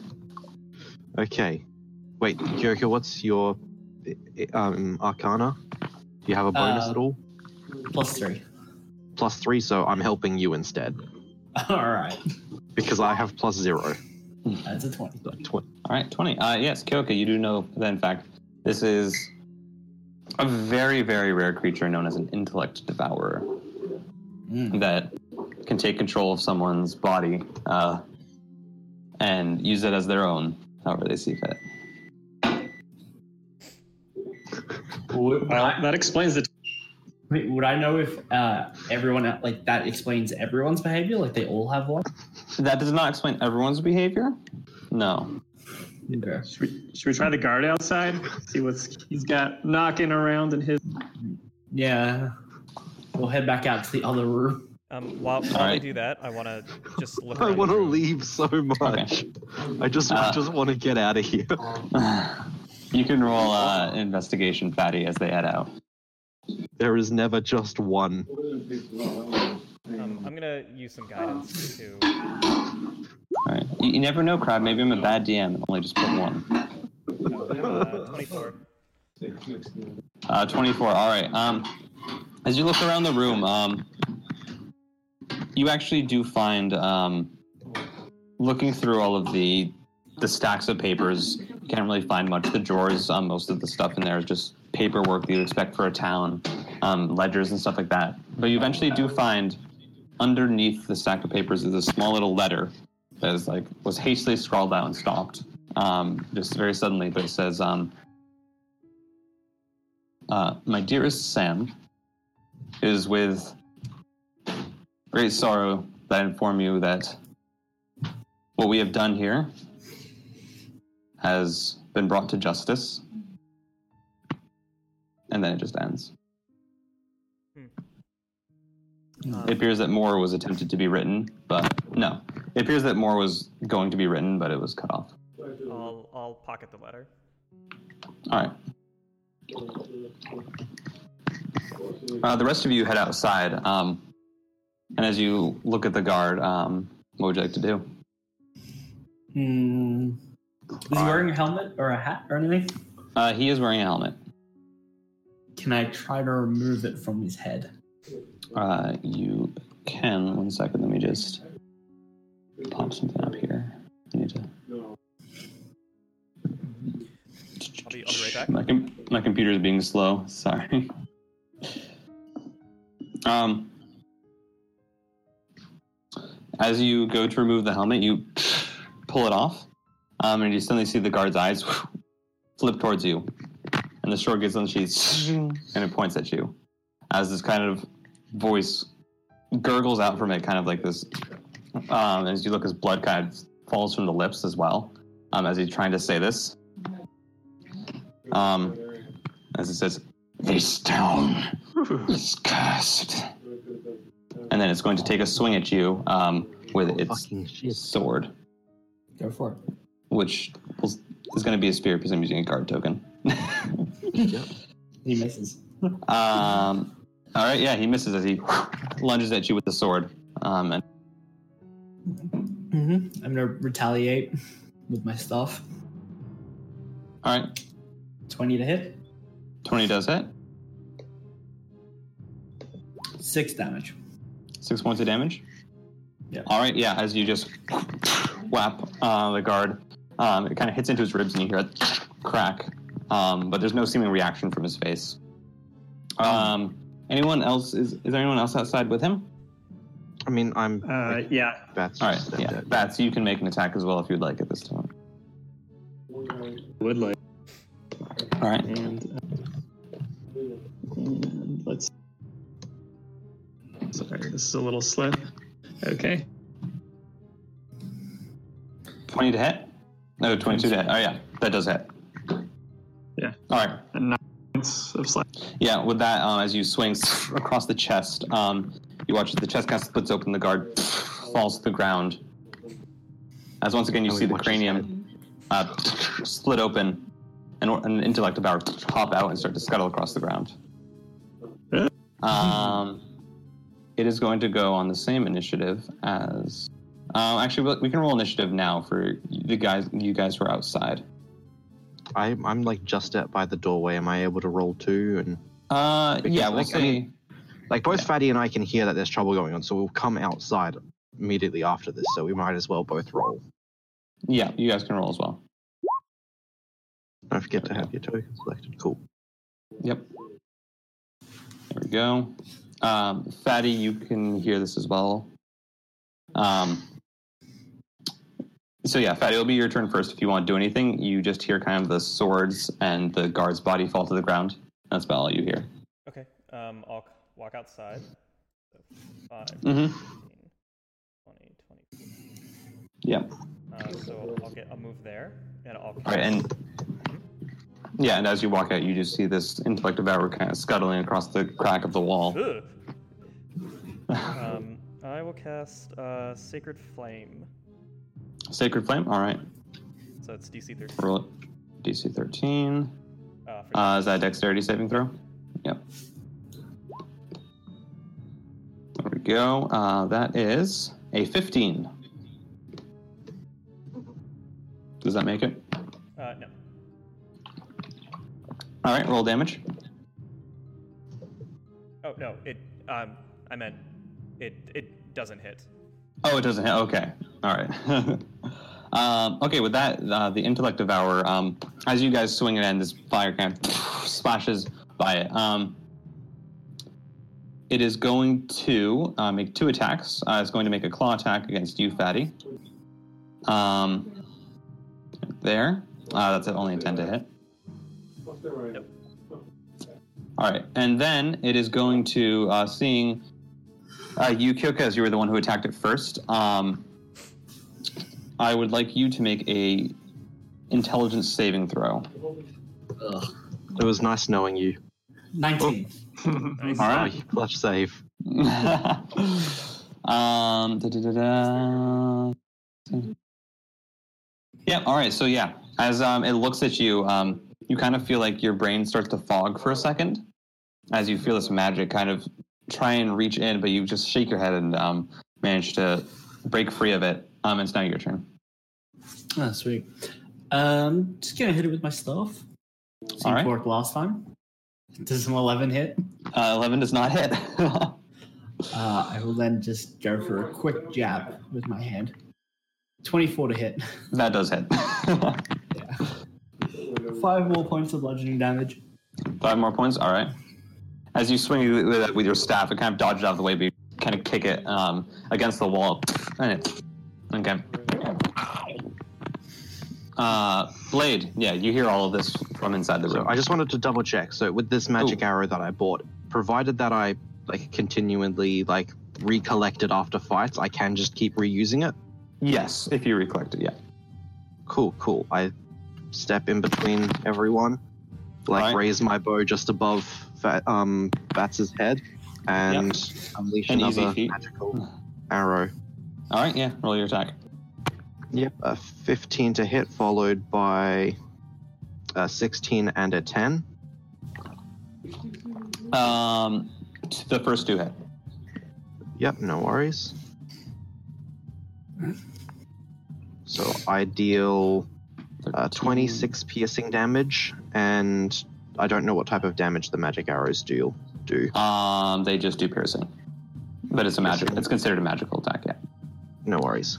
Okay, wait, Kyoke, what's your i- i- um, Arcana? Do you have a bonus Uh, at all? Plus three. plus three, so I'm helping you instead All right. because I have plus zero. That's a twenty. So tw- All right, 20. Uh, yes, Kyoka, you do know that, in fact, this is a very, very rare creature known as an intellect devourer Mm. that can take control of someone's body uh, and use it as their own, however they see fit. Well, that explains the. Wait, would I know if uh, everyone el- like that explains everyone's behavior? Like they all have one. That does not explain everyone's behavior. No. Okay. Should we, should we try the guard outside? See what's he's got knocking around in his. Yeah. We'll head back out to the other room. Um, while while Alright. we do that, I want to just look. I around the want to room. leave so much. I just I Uh, just want to get out of here. you can roll uh, investigation, Fatty, as they head out. There is never just one. Um, I'm gonna use some guidance to. All right. You, you never know, crowd. Maybe I'm a bad DM and only just put one. Uh, 24. Uh, 24. All right. Um, as you look around the room, um, you actually do find, um, looking through all of the the stacks of papers, you can't really find much. The drawers, um, most of the stuff in there is just paperwork that you expect for a town, um, ledgers and stuff like that. But you eventually do find, underneath the stack of papers, is a small little letter that is like was hastily scrawled out and stopped, um, just very suddenly. But it says. Um, uh, my dearest Sam, it is with great sorrow that I inform you that what we have done here has been brought to justice. And then it just ends. It appears that more was attempted to be written, but no. It appears that more was going to be written, but it was cut off. I'll I'll pocket the letter. All right. Uh, the rest of you head outside, um, and as you look at the guard, um, what would you like to do? Hmm. Is he wearing a helmet or a hat or anything? Uh, he is wearing a helmet. Can I try to remove it from his head? Uh, you can. One second. Let me just pop something up here. I need to. I'll be, I'll be right back. My, com- my computer's being slow. Sorry. Um, as you go to remove the helmet, you pull it off, um, and you suddenly see the guard's eyes flip towards you, and the sword gets unsheathed, and it points at you, as this kind of voice gurgles out from it, kind of like this. Um, as you look, his blood kind of falls from the lips as well, um, as he's trying to say this Um, as it says, this town is cursed. And then it's going to take a swing at you um, Oh, with its Fucking shit. sword, Go for it. which will- is going to be a spear because I'm using a guard token. He misses. Um, all right, yeah, he misses as he lunges at you with the sword. Um, and hmm I'm gonna retaliate with my stuff. all right, Twenty to hit. twenty does hit, Six damage. six points of damage. Yeah. All right, yeah, as you just whap uh, the guard, um, it kind of hits into his ribs, and you hear a crack. Um, but there's no seeming reaction from his face. Um, anyone else? Is, is there anyone else outside with him? I mean, I'm. Uh, yeah. that's All right, just yeah, dead. Bats, you can make an attack as well if you'd like at this time. Would like. All right. And, uh, and let's. Sorry, this is a little slow. Okay. 20 to hit? No, 22 to hit. Oh, yeah, that does hit. Yeah. All right. And nine points of slash. Yeah, with that, um, as you swing across the chest, um, you watch as the chest kind of splits open, the guard falls to the ground. As once again, you Oh, see wait, the watch his cranium uh, split open and or- an intellect of power pop out and start to scuttle across the ground. Um, it is going to go on the same initiative as. Um, actually, we- we can roll initiative now for the guys. You guys who are outside. I, I'm like just at by the doorway. Am I able to roll two? And Uh, Because, yeah, we'll like, I see. mean- like both Fatty and I can hear that there's trouble going on, so we'll come outside immediately after this. So we might as well both roll. Yeah, you guys can roll as well. Don't forget to have your token selected. Cool. Yep. There we go. Um, Fatty, you can hear this as well. Um, so yeah, Fatty, it'll be your turn first. If you want to do anything, you just hear kind of the swords and the guard's body fall to the ground. That's about all you hear. Okay. Um, I'll c- walk outside. So five, Mhm. 15, 20, 20. Yeah. Uh, so I'll get. I'll move there, and I'll. All right, and yeah, and as you walk out, you just see this intellect devour kind of scuttling across the crack of the wall. Ugh. um, I will cast uh, Sacred Flame. Sacred flame. All right, So it's DC 13. roll it. DC thirteen. Uh, for Uh, is that a dexterity saving throw? Yep. There we go. Uh, that is a 15. Does that make it? uh, no. All right, roll damage. Oh no. It. Um. I meant. It. It doesn't hit. Oh, it doesn't hit. Okay. All right. um, okay, with that, uh, the intellect devourer, um, as you guys swing it in, this fire kind of splashes by it. Um, it is going to uh, make two attacks. Uh, it's going to make a claw attack against you, Fatty. Um, there. Uh, that's only a 10 to hit. Um, All right. And then it is going to, uh, seeing uh, you, Kyoka, as you were the one who attacked it first, um, I would like you to make a intelligence saving throw. Ugh. It was nice knowing you. Nineteen. All Ah, right. you clutch save. um, da, da, da, da. Yeah. All right. So yeah, as um, it looks at you, um, you kind of feel like your brain starts to fog for a second, as you feel this magic kind of try and reach in, but you just shake your head and um, manage to break free of it. Um, it's now your turn. Oh, sweet. Um, just gonna hit it with my staff. Seemed All right. to work last time. Does an eleven hit? Uh, 11 does not hit. Uh, I will then just go for a quick jab with my hand. Twenty-four to hit. that does hit. Five more points of bludgeoning damage. Five more points. All right. As you swing with, with your staff, it kind of dodges out of the way, but you kind of kick it um, against the wall. And it. And kind of, uh, Blade, yeah, you hear all of this from inside the So room. I just wanted to double check. So with this magic Ooh. arrow that I bought, provided that I like continually like recollect it after fights, I can just keep reusing it. yes, if you recollect it, yeah. Cool, cool. I step in between everyone, like Right. raise my bow just above Fa- um, Bats's head and unleash An easy another feat. Hmm. magical arrow. All right, yeah, roll your attack. Yep, a 15 to hit, followed by a 16 and a 10. Um, t- the first two hit. Yep, no worries. So I deal uh, 26 piercing damage, and I don't know what type of damage the magic arrows deal. Do Um, they just do piercing, but it's a magic. Piercing. It's considered a magical attack. Yeah. no worries.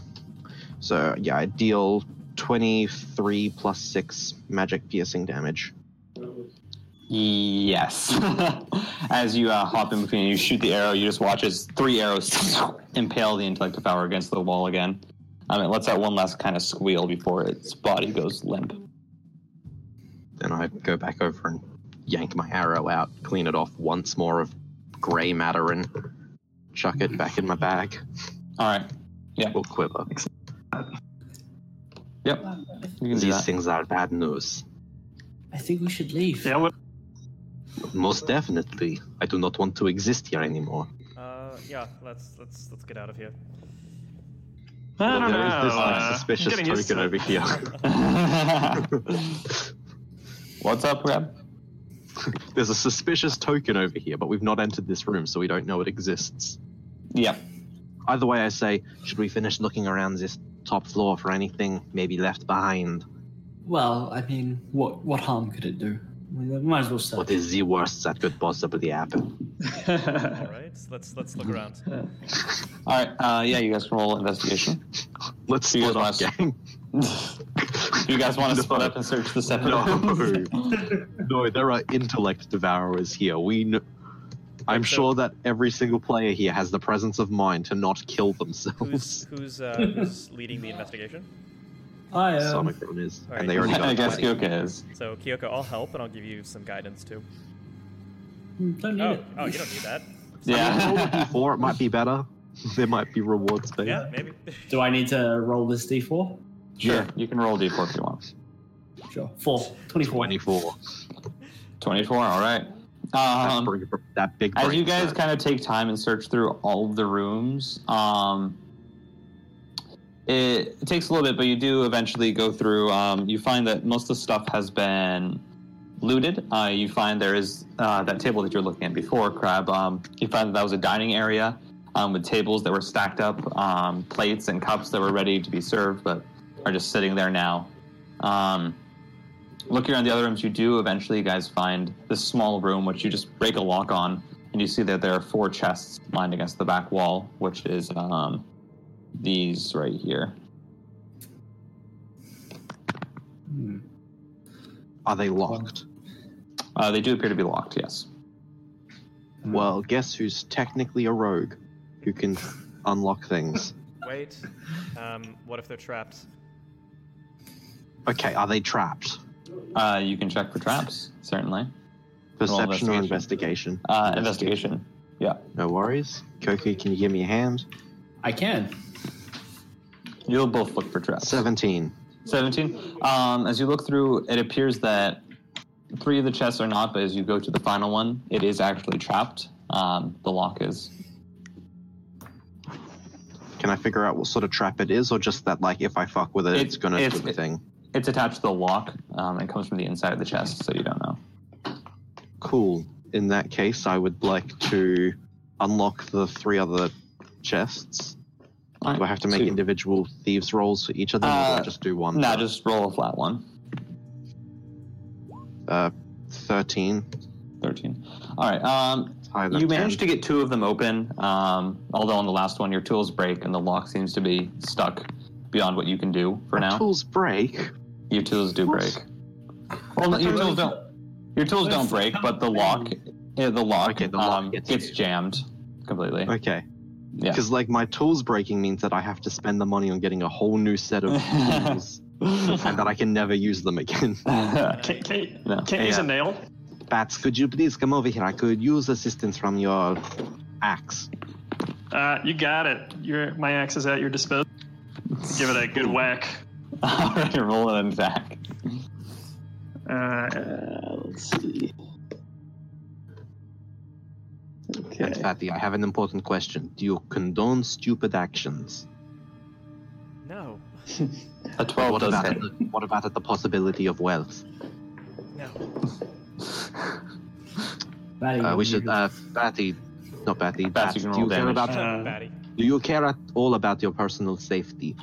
So yeah, I deal 23 plus six magic piercing damage. uh, Yes. As you uh, hop in between, you shoot the arrow. You just watch as three arrows impale the intellective hour against the wall again. Um, it lets out one last kind of squeal before its body goes limp. Then I go back over and yank my arrow out, clean it off once more of gray matter, and chuck it back in my bag All right. Yeah. or quiver. Yep. You can do These that. things are bad news. I think we should leave. Yeah, what, Most definitely. I do not want to exist here anymore. Uh, yeah, let's let's let's get out of here. I don't know. There is this like, uh, suspicious getting used token to over it. here. What's up, Reb? There's a suspicious token over here, but we've not entered this room, so we don't know it exists. Yep. Either way, I say, should we finish looking around this top floor for anything maybe left behind? Well, I mean, what what harm could it do? We might as well start. What is the worst that could possibly happen? All right, let's let's look around. All right. Uh, yeah, you guys can roll investigation. Let's See you split up, guys last. gang. You guys want to No. split up and search the separate No. no, there are intellect devourers here. We know. I'm Like the- sure that every single player here has the presence of mind to not kill themselves. Who's who's uh, who's leading the investigation? I, um, Sonic Run is, Alright. and they already got. I a guess 20. Kyoka is. So Kyoko, I'll help and I'll give you some guidance too. don't need Oh, it. oh, you don't need that. Roll a Yeah. D4, it might be better. There might be rewards there. Yeah, maybe. Do I need to roll this d4? sure. You can roll d4 if you want. Sure. Four. 24. 24. 24. All right. That, Um, big that big as you brain guys set. kind of take time and search through all of the rooms, um, it, it takes a little bit, but you do eventually go through. Um, you find that most of the stuff has been looted. Uh, you find there is uh, that table that you were looking at before, Crab. Um, you find that, that was a dining area um, with tables that were stacked up, um, plates and cups that were ready to be served, but are just sitting there now. Um, looking around the other rooms, you do eventually, you guys find this small room which you just break a lock on, and you see that there are four chests lined against the back wall, which is um, these right here. Hmm. Are they locked? Uh, they do appear to be locked, yes. Mm. Well, guess who's technically a rogue who can unlock things? Wait. Um, what if they're trapped? Okay, are they trapped? Uh, you can check for traps, certainly. Perception or investigation. investigation? Uh, investigation. Yeah. No worries. Koki, can you give me a hand? I can. You'll both look for traps. 17. 17. Um, as you look through, it appears that three of the chests are not, but as you go to the final one, it is actually trapped. Um, the lock is. Can I figure out what sort of trap it is, or just that, like, if I fuck with it, It- it's gonna it's- do a thing? It's attached to the lock um, and comes from the inside of the chest, so you don't know. Cool. In that case, I would like to unlock the three other chests. All Do I have to make so- individual thieves rolls for each of them, or do I Uh, just do one? Nah, just roll a flat one. uh, thirteen. 13. All right. Um, It's higher than you 10. managed to get two of them open, um, although on the last one, your tools break and the lock seems to be stuck beyond what you can do for My now. Tools break. Your tools do break. Well, no, your tools don't. Your tools don't break, but the lock, yeah, the lock, Okay, the lock um, gets gets, you. jammed completely. Okay. Yeah. Because like my tools breaking means that I have to spend the money on getting a whole new set of tools, and that I can never use them again. Can't, can't, No. can't use Yeah. a nail. Bats, could you please come over here? I could use assistance from your axe. Uh, you got it. Your my axe is at your disposal. Give it a good whack. All right, roll an attack. Uh, Let's see. And Okay. Fatty, I have an important question. Do you condone stupid actions? No, A 12 what Oh, does about hit. it- what about at the possibility of wealth? no. Fatty, Uh, we should, you- uh, Fatty, not Fatty. Bat, Bats, you can do you roll care damage. about? Uh, Batty. do you care at all about your personal safety?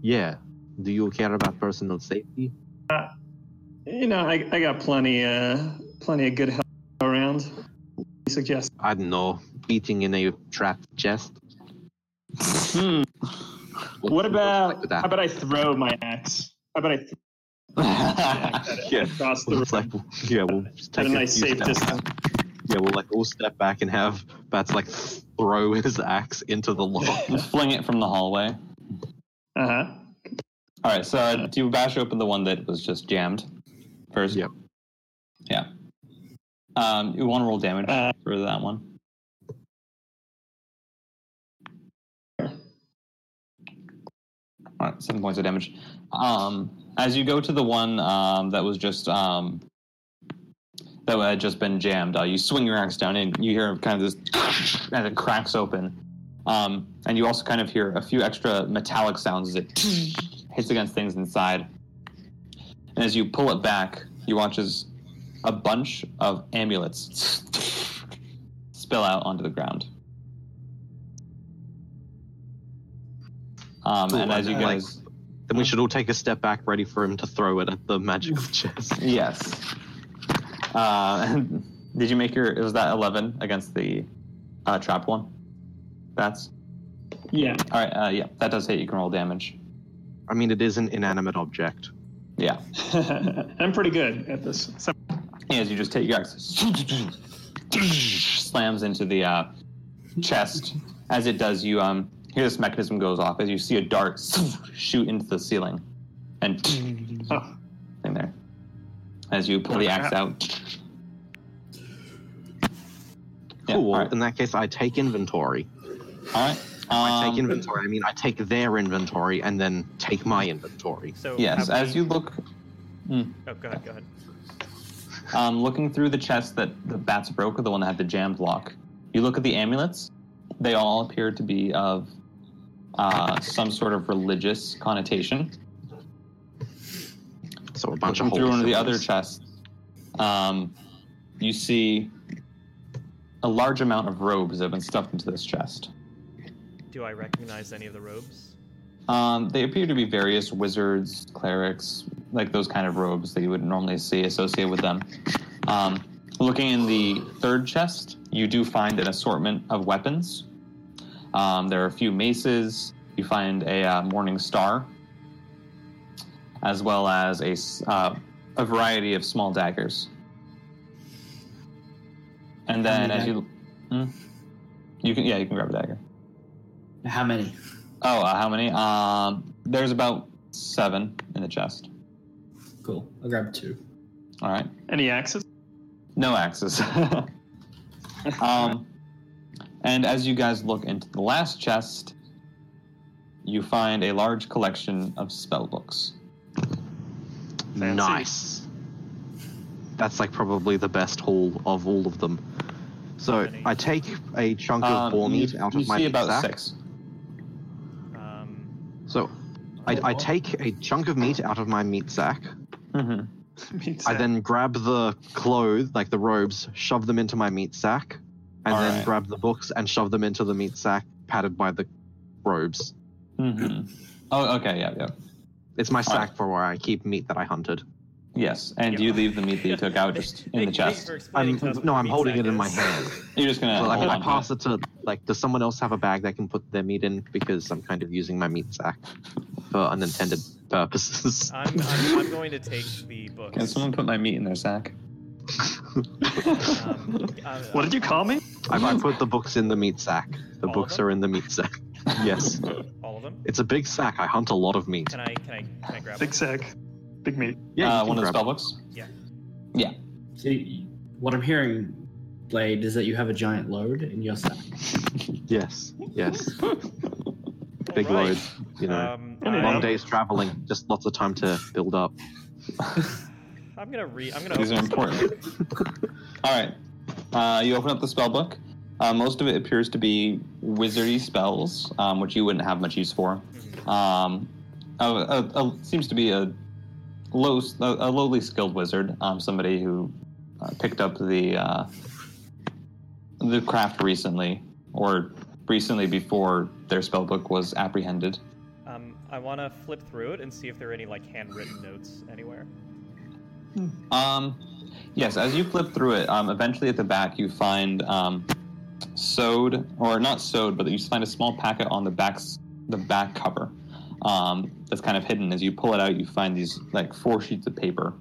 Yeah. Do you care about personal safety? You know, I, I got plenty uh plenty of good help around. You suggest I don't know. Beating in a trapped chest. Hmm. What, What what's about like how that? about I throw my axe? How about I th- Yeah. across the room? It's like, yeah, we'll just At take a a nice few safe steps distance. Yeah, we'll like all step back and have Bats like throw his axe into the log. Just fling it from the hallway. Uh huh. All right, so uh, do you bash open the one that was just jammed first? Yep. Yeah. Um, you want to roll damage Uh, for that one? All right, seven points of damage. Um, as you go to the one um, that was just um, that had just been jammed, uh, you swing your axe down, and you hear kind of this, and it cracks open. Um, and you also kind of hear a few extra metallic sounds as it hits against things inside. And as you pull it back, you watch as a bunch of amulets spill out onto the ground. Um, Cool, and as you and, like, guys, Then we should all take a step back, ready for him to throw it at the magical chest. yes. Uh, did you make your? Was that eleven against the uh, trap one? That's Yeah. all right. Uh, yeah, that does hit. You can roll damage. I mean, it is an inanimate object. Yeah. I'm pretty good at this. So, as you just take your axe, slams into the uh, chest. As it does, you um, hear this mechanism goes off as you see a dart shoot into the ceiling, and oh, thing there. As you pull the axe out. Yeah, cool. all well, right. In that case, I take inventory. All right. I Um, take inventory. I mean, I take their inventory and then take my inventory. So yes, have as we- you look, Oh, go ahead, go ahead. um, looking through the chest that the bats broke, the one that had the jammed lock, you look at the amulets. They all appear to be of uh, some sort of religious connotation. So a bunch of Looking holes. through one of the other chests, um, you see a large amount of robes that have been stuffed into this chest. Do I recognize any of the robes? Um, they appear to be various wizards, clerics, like those kind of robes that you would normally see associated with them. Um, looking in the third chest, you do find an assortment of weapons. Um, there are a few maces. You find a uh, morning star, as well as a s- uh, a variety of small daggers. And How then, many as you Hmm? you can yeah, you can grab a dagger. How many? Oh, uh, how many? Um, there's about seven in the chest. Cool. I'll grab two. All right, any axes? no axes. um, and as you guys look into the last chest, you find a large collection of spell books. Fancy. Nice. That's like probably the best haul of all of them. So Many. I take a chunk of Um, boar meat you, out you of my see about sack. six. Um, So I, I take a chunk of meat out of my meat sack. Mm-hmm. Means I that- then grab the clothes, like the robes, shove them into my meat sack, and then Alright. grab the books and shove them into the meat sack padded by the robes. Mm-hmm. Oh, okay, yeah, yeah. It's my sack Alright. for where I keep meat that I hunted. Yes, and Yeah. you leave the meat that you took out just in the thank- thanks chest. for explaining I'm, to us what no, the I'm meat holding sack it in my is. hand. You're just gonna Well, I, Uh, hold I on to pass it to, like, does someone else have a bag they can put their meat in? Because I'm kind of using my meat sack for unintended purposes. I'm, I'm, I'm going to take the books. it. Can someone put my meat in their sack? Um, uh, what did you call me? I might put the books in the meat sack. The All of books them? are in the meat sack. Yes. All of them? It's a big sack. I hunt a lot of meat. Can I can I can I grab Big them? sack. Big meat. you uh, can one of the grab spell books. So, you- what I'm hearing, Blade, is that you have a giant load in your sack. Yes, yes. All Big right. load. You know, Um, Anyway. long I, days traveling, just lots of time to build up. I'm gonna read. I'm gonna. These are open- important. All right. Uh, you open up the spell book. Uh, most of it appears to be wizardy spells, um, which you wouldn't have much use for. Um, a, a, a- seems to be a low, a, a lowly skilled wizard, um, somebody who uh, picked up the uh, the craft recently, or recently before their spell book was apprehended. Um, I want to flip through it and see if there are any like handwritten notes anywhere. Um, yes, as you flip through it, um, eventually at the back you find um, sewed, or not sewed, but you find a small packet on the back the back cover um, that's kind of hidden. As you pull it out, you find these like four sheets of paper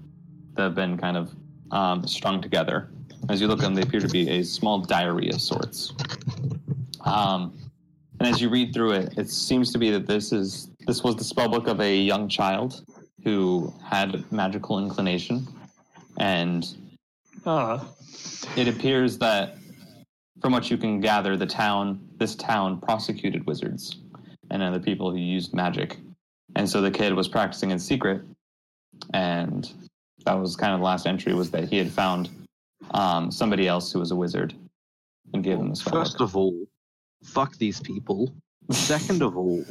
that have been kind of um, strung together. As you look at them, they appear to be a small diary of sorts. Um, and as you read through it, it seems to be that this is this was the spellbook of a young child who had magical inclination, and Uh, it appears that, from what you can gather, the town this town prosecuted wizards and other people who used magic, and so the kid was practicing in secret, and that was kind of the last entry was that he had found um, somebody else who was a wizard and gave him the spellbook. First of all, fuck these people. Second of all,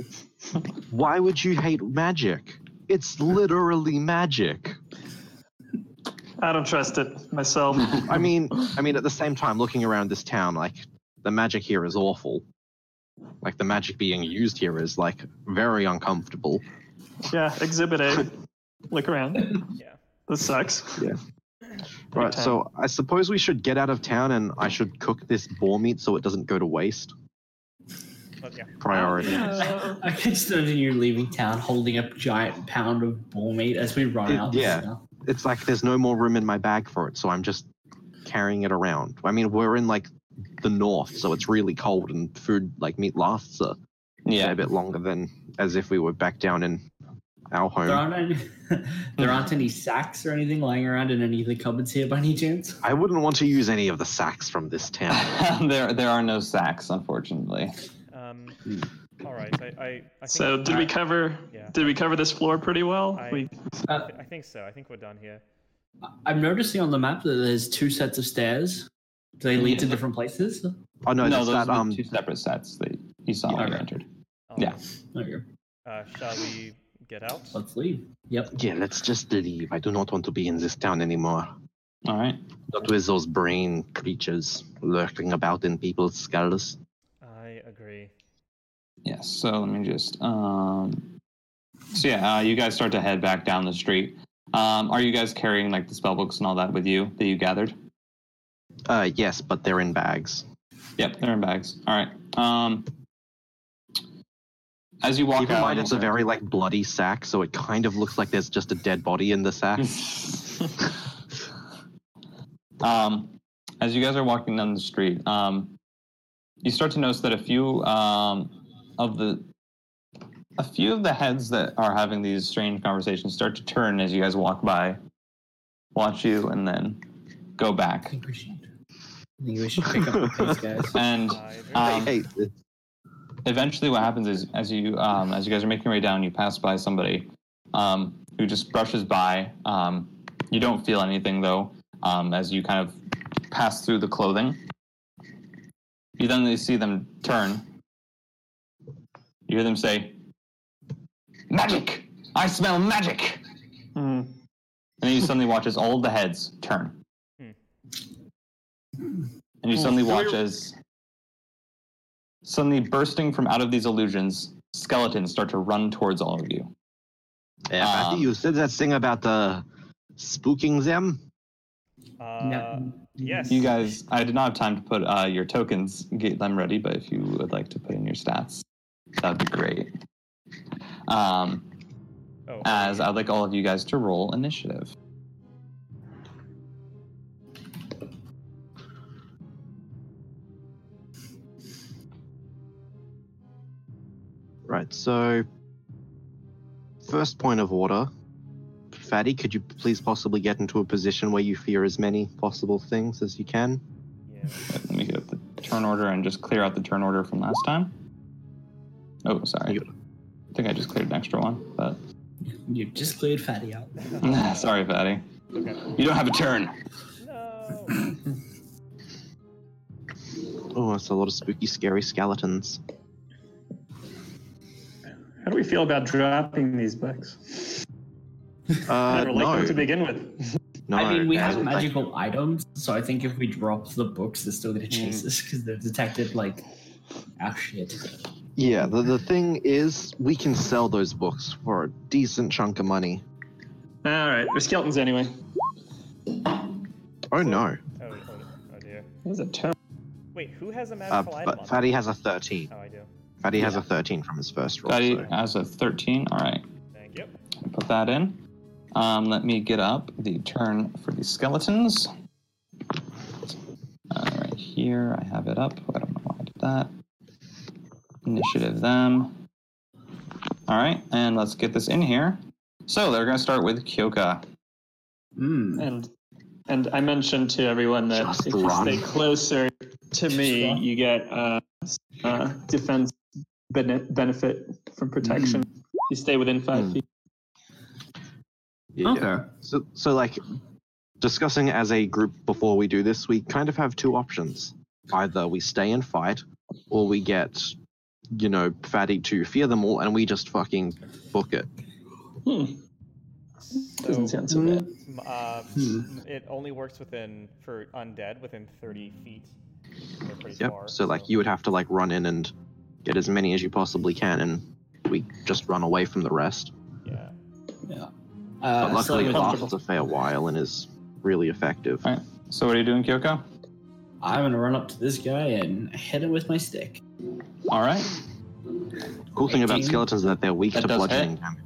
why would you hate magic? It's literally magic. I don't trust it myself. I mean, I mean, at the same time, looking around this town, like the magic here is awful. Like the magic being used here is like very uncomfortable. yeah, Exhibit A. Look around. Yeah. This sucks. Right. time. So I suppose we should get out of town, and I should cook this boar meat so it doesn't go to waste. But yeah. Priority. Oh. I can just imagine you leaving town holding a giant pound of boar meat as we run It- out. yeah. It's like there's no more room in my bag for it, so I'm just carrying it around. I mean, we're in like the north, so it's really cold, and food like meat lasts a Yeah, fair bit longer than as if we were back down in our home. There aren't any, there aren't any sacks or anything lying around in any of the cupboards here by any chance. I wouldn't want to use any of the sacks from this town. there there are no sacks, unfortunately. Um, Hmm. all right. I. I, I think So did we cover? Yeah. Did we cover this floor pretty well? I- we I think so. I think we're done here. I'm noticing on the map that there's two sets of stairs. Do they lead to Yeah. different places? Oh no, No, that's those that were um two separate sets that you saw Yeah. when you Okay. entered. All Yeah. right. Okay, Um, Uh, shall we get out? let's leave. Yep. yeah, let's just leave. I do not want to be in this town anymore. All right. Not with those brain creatures lurking about in people's skulls. I agree. Yes. So let me just. Um, so yeah, uh, you guys start to head back down the street. Um, are you guys carrying like the spell books and all that with you that you gathered? Uh yes, but they're in bags. Yep, they're in bags. All right. Um, as you walk Keep in out, mind it's a you'll- very like bloody sack, so it kind of looks like there's just a dead body in the sack. um, as you guys are walking down the street, um, you start to notice that a few um, of the a few of the heads that are having these strange conversations start to turn as you guys walk by, watch you, and then go I back. think we should. I think we should pick up the pace, guys. And I agree. Uh, I Um, hate this. eventually what happens is as you um, as you guys are making your way down you pass by somebody um, who just brushes by um, you don't feel anything though um, as you kind of pass through the clothing you then see them turn you hear them say magic i smell magic Hmm. and then you suddenly watch as all of the heads turn Hmm. and you suddenly watch as suddenly bursting from out of these illusions skeletons start to run towards all of you Yeah, Matthew, um, you said that thing about the spooking them. Uh, Yes. you guys i did not have time to put uh, your tokens get them ready but if you would like to put in your stats that'd be great um, Oh, as i'd like all of you guys to roll initiative Right, so first point of order. Fatty, could you please possibly get into a position where you fear as many possible things as you can? yeah. let me get up the turn order and just clear out the turn order from last time oh sorry I think I just cleared an extra one, but You just cleared Fatty out. sorry, Fatty. Okay. You don't have a turn. No. Oh, that's a lot of spooky, scary skeletons. How do we feel about dropping these books? Uh, Never liked no, them to begin with. no. I mean, we uh, have like- magical items, so I think if we drop the books, they're still going to Mm. chase us because they've detected, like, our shit. Uh, Yeah, the, the thing is, we can sell those books for a decent chunk of money. All right, they're skeletons anyway. Oh no. Oh, oh, oh dear. That was a turn. Wait, who has a Uh, magical item on? but Fatty has a 13. Oh, I do. Fatty has a 13 from his first roll. Fatty so- has a 13. All right. Thank you. Put that in. Um, let me get up the turn for the skeletons. Uh, right here, I have it up. I don't know why I did that. Initiative them. All right, and let's get this in here. So they're going to start with Kyoka. Mm. And and I mentioned to everyone that Just if you run. stay closer to me, run. you get uh, uh, defense bene- benefit from protection. You stay within five Mm. feet. Yeah. So, so, like, discussing as a group before we do this, we kind of have two options. Either we stay and fight, or we get, you know, Fatty to fear them all and we just fucking book it. Hmm. Doesn't So, sound so bad. Mm. m- uh, Hmm. it only works within for undead within 30 feet. They're pretty Yep. far, So, like, you would have to, like, run in and get as many as you possibly can, and we just run away from the rest. Yeah. Yeah. But Uh, so luckily, it with- lasts a fair while and is really effective. All right. So what are you doing, Kyoka? I'm going to run up to this guy and hit him with my stick. All right. Cool thing about 18. skeletons is that they're weak That to does bludgeoning damage.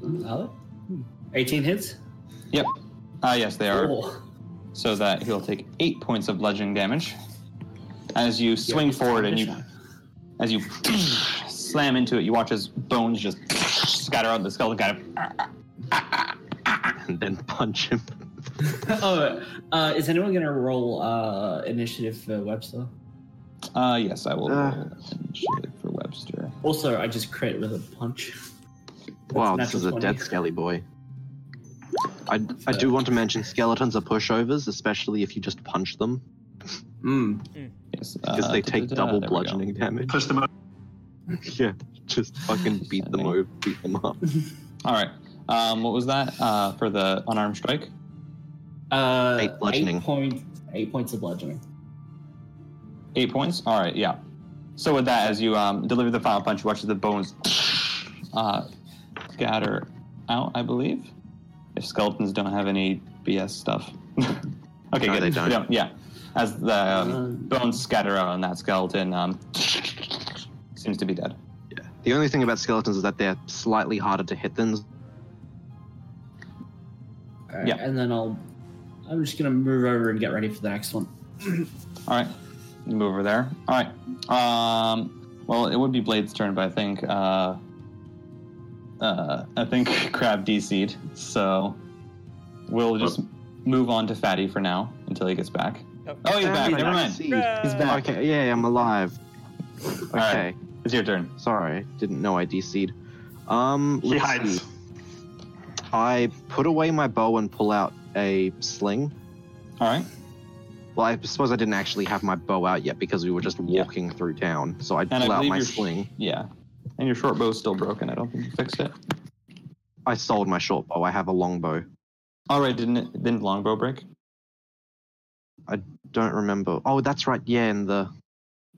Hello? 18 hits? Yep. Ah, yes, they are. Oh. So that he'll take eight points of bludgeoning damage as you swing forward and you as you slam into it, you watch as bones just scatter out the skeleton kind of. And then punch him. oh, uh, is anyone going to roll uh, initiative for Webster? Uh, yes, I will roll Ah. initiative for Webster. Also, I just crit with a punch. That's Wow, this is a natural dead 20. skelly boy. I, I do want to mention skeletons are pushovers, especially if you just punch them, Mm. Yes, because uh, they take da-da-da, double there we go. bludgeoning damage. Push them up. yeah, just fucking beat them over, beat them up. All right. Um, what was that uh, for the unarmed strike? Uh, Eight bludgeoning. Eight, point, eight points of bludgeoning. Eight points. All right, yeah. So with that, as you um, deliver the final punch, you watch as the bones uh, scatter out. I believe if skeletons don't have any BS stuff. okay, No, good. they don't. Yeah, as the um, Um, bones scatter out on that skeleton, um, seems to be dead. The only thing about skeletons is that they're slightly harder to hit than Alright, Yeah. And then I'll. I'm just gonna move over and get ready for the next one. All right, you move over there. All right. Um, well, it would be Blade's turn, but I think uh, uh, I think Crab DC'd, so we'll just move on to Fatty for now until he gets back. Oh. Oh, he's back. Fatty, Never I mind. see. He's back. Okay, yeah, I'm alive. All Okay, right. It's your turn. sorry, didn't know I DC'd. Um, He let's hides. see. I put away my bow and pull out a sling. All right. Well, I suppose I didn't actually have my bow out yet because we were just Yeah. walking through town. So I I pull out believe my you're- sling. Yeah. And your short bow's still broken. I don't think you fixed it. I sold my short bow. I have a long bow. All right. Didn't it, didn't longbow break? Don't remember. Oh, that's right. Yeah, and the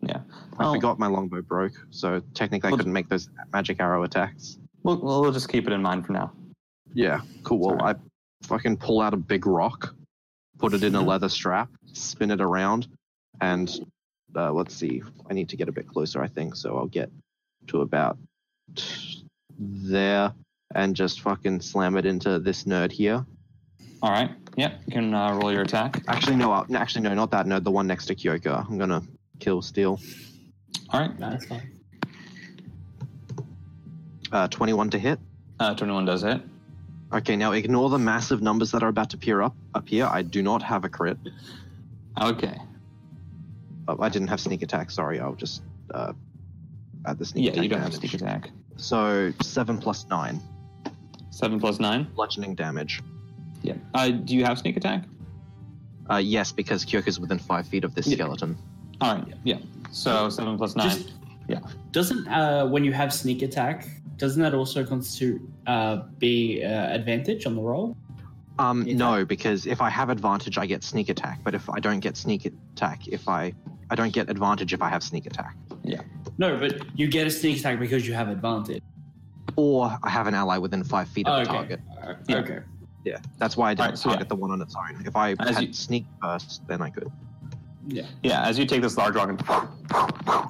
Yeah. I Oh, forgot my longbow broke. So technically, I Well, couldn't make those magic arrow attacks. We'll, we'll we'll just keep it in mind for now. Yeah, cool. Well, Sorry. I fucking pull out a big rock, put it in a leather strap, spin it around, and uh, let's see. I need to get a bit closer, I think. So I'll get to about there and just fucking slam it into this nerd here. All right. Yep. You can uh, roll your attack. Actually, no. I'll, actually, no. Not that nerd. The one next to Kyoko. I'm gonna kill Steel. All right. No, that's fine. Uh, 21 to hit. Uh, 21 does hit. Okay, now ignore the massive numbers that are about to appear up appear. I do not have a crit. Okay. Oh, I didn't have sneak attack. Sorry, I'll just uh, add the sneak Yeah, attack. you don't have damage. sneak attack. So seven plus nine, Seven plus nine. bludgeoning damage. Yeah. Uh, do you have sneak attack? Uh, yes, because Kyoko's within five feet of this Yeah. skeleton. All right. Yeah. So seven plus nine. Just- yeah. Doesn't uh, when you have sneak attack, doesn't that also constitute uh, be uh, advantage on the roll? Um, Yeah. no, because if I have advantage, I get sneak attack. But if I don't get sneak attack, if I I don't get advantage if I have sneak attack, No, but you get a sneak attack because you have advantage. or I have an ally within five feet of the target. Alright, Yeah. Okay. Yeah, that's why I didn't Alright, so target the one on its own. If I As had you- sneak first, then I could. Yeah. Yeah. As you take this large rock and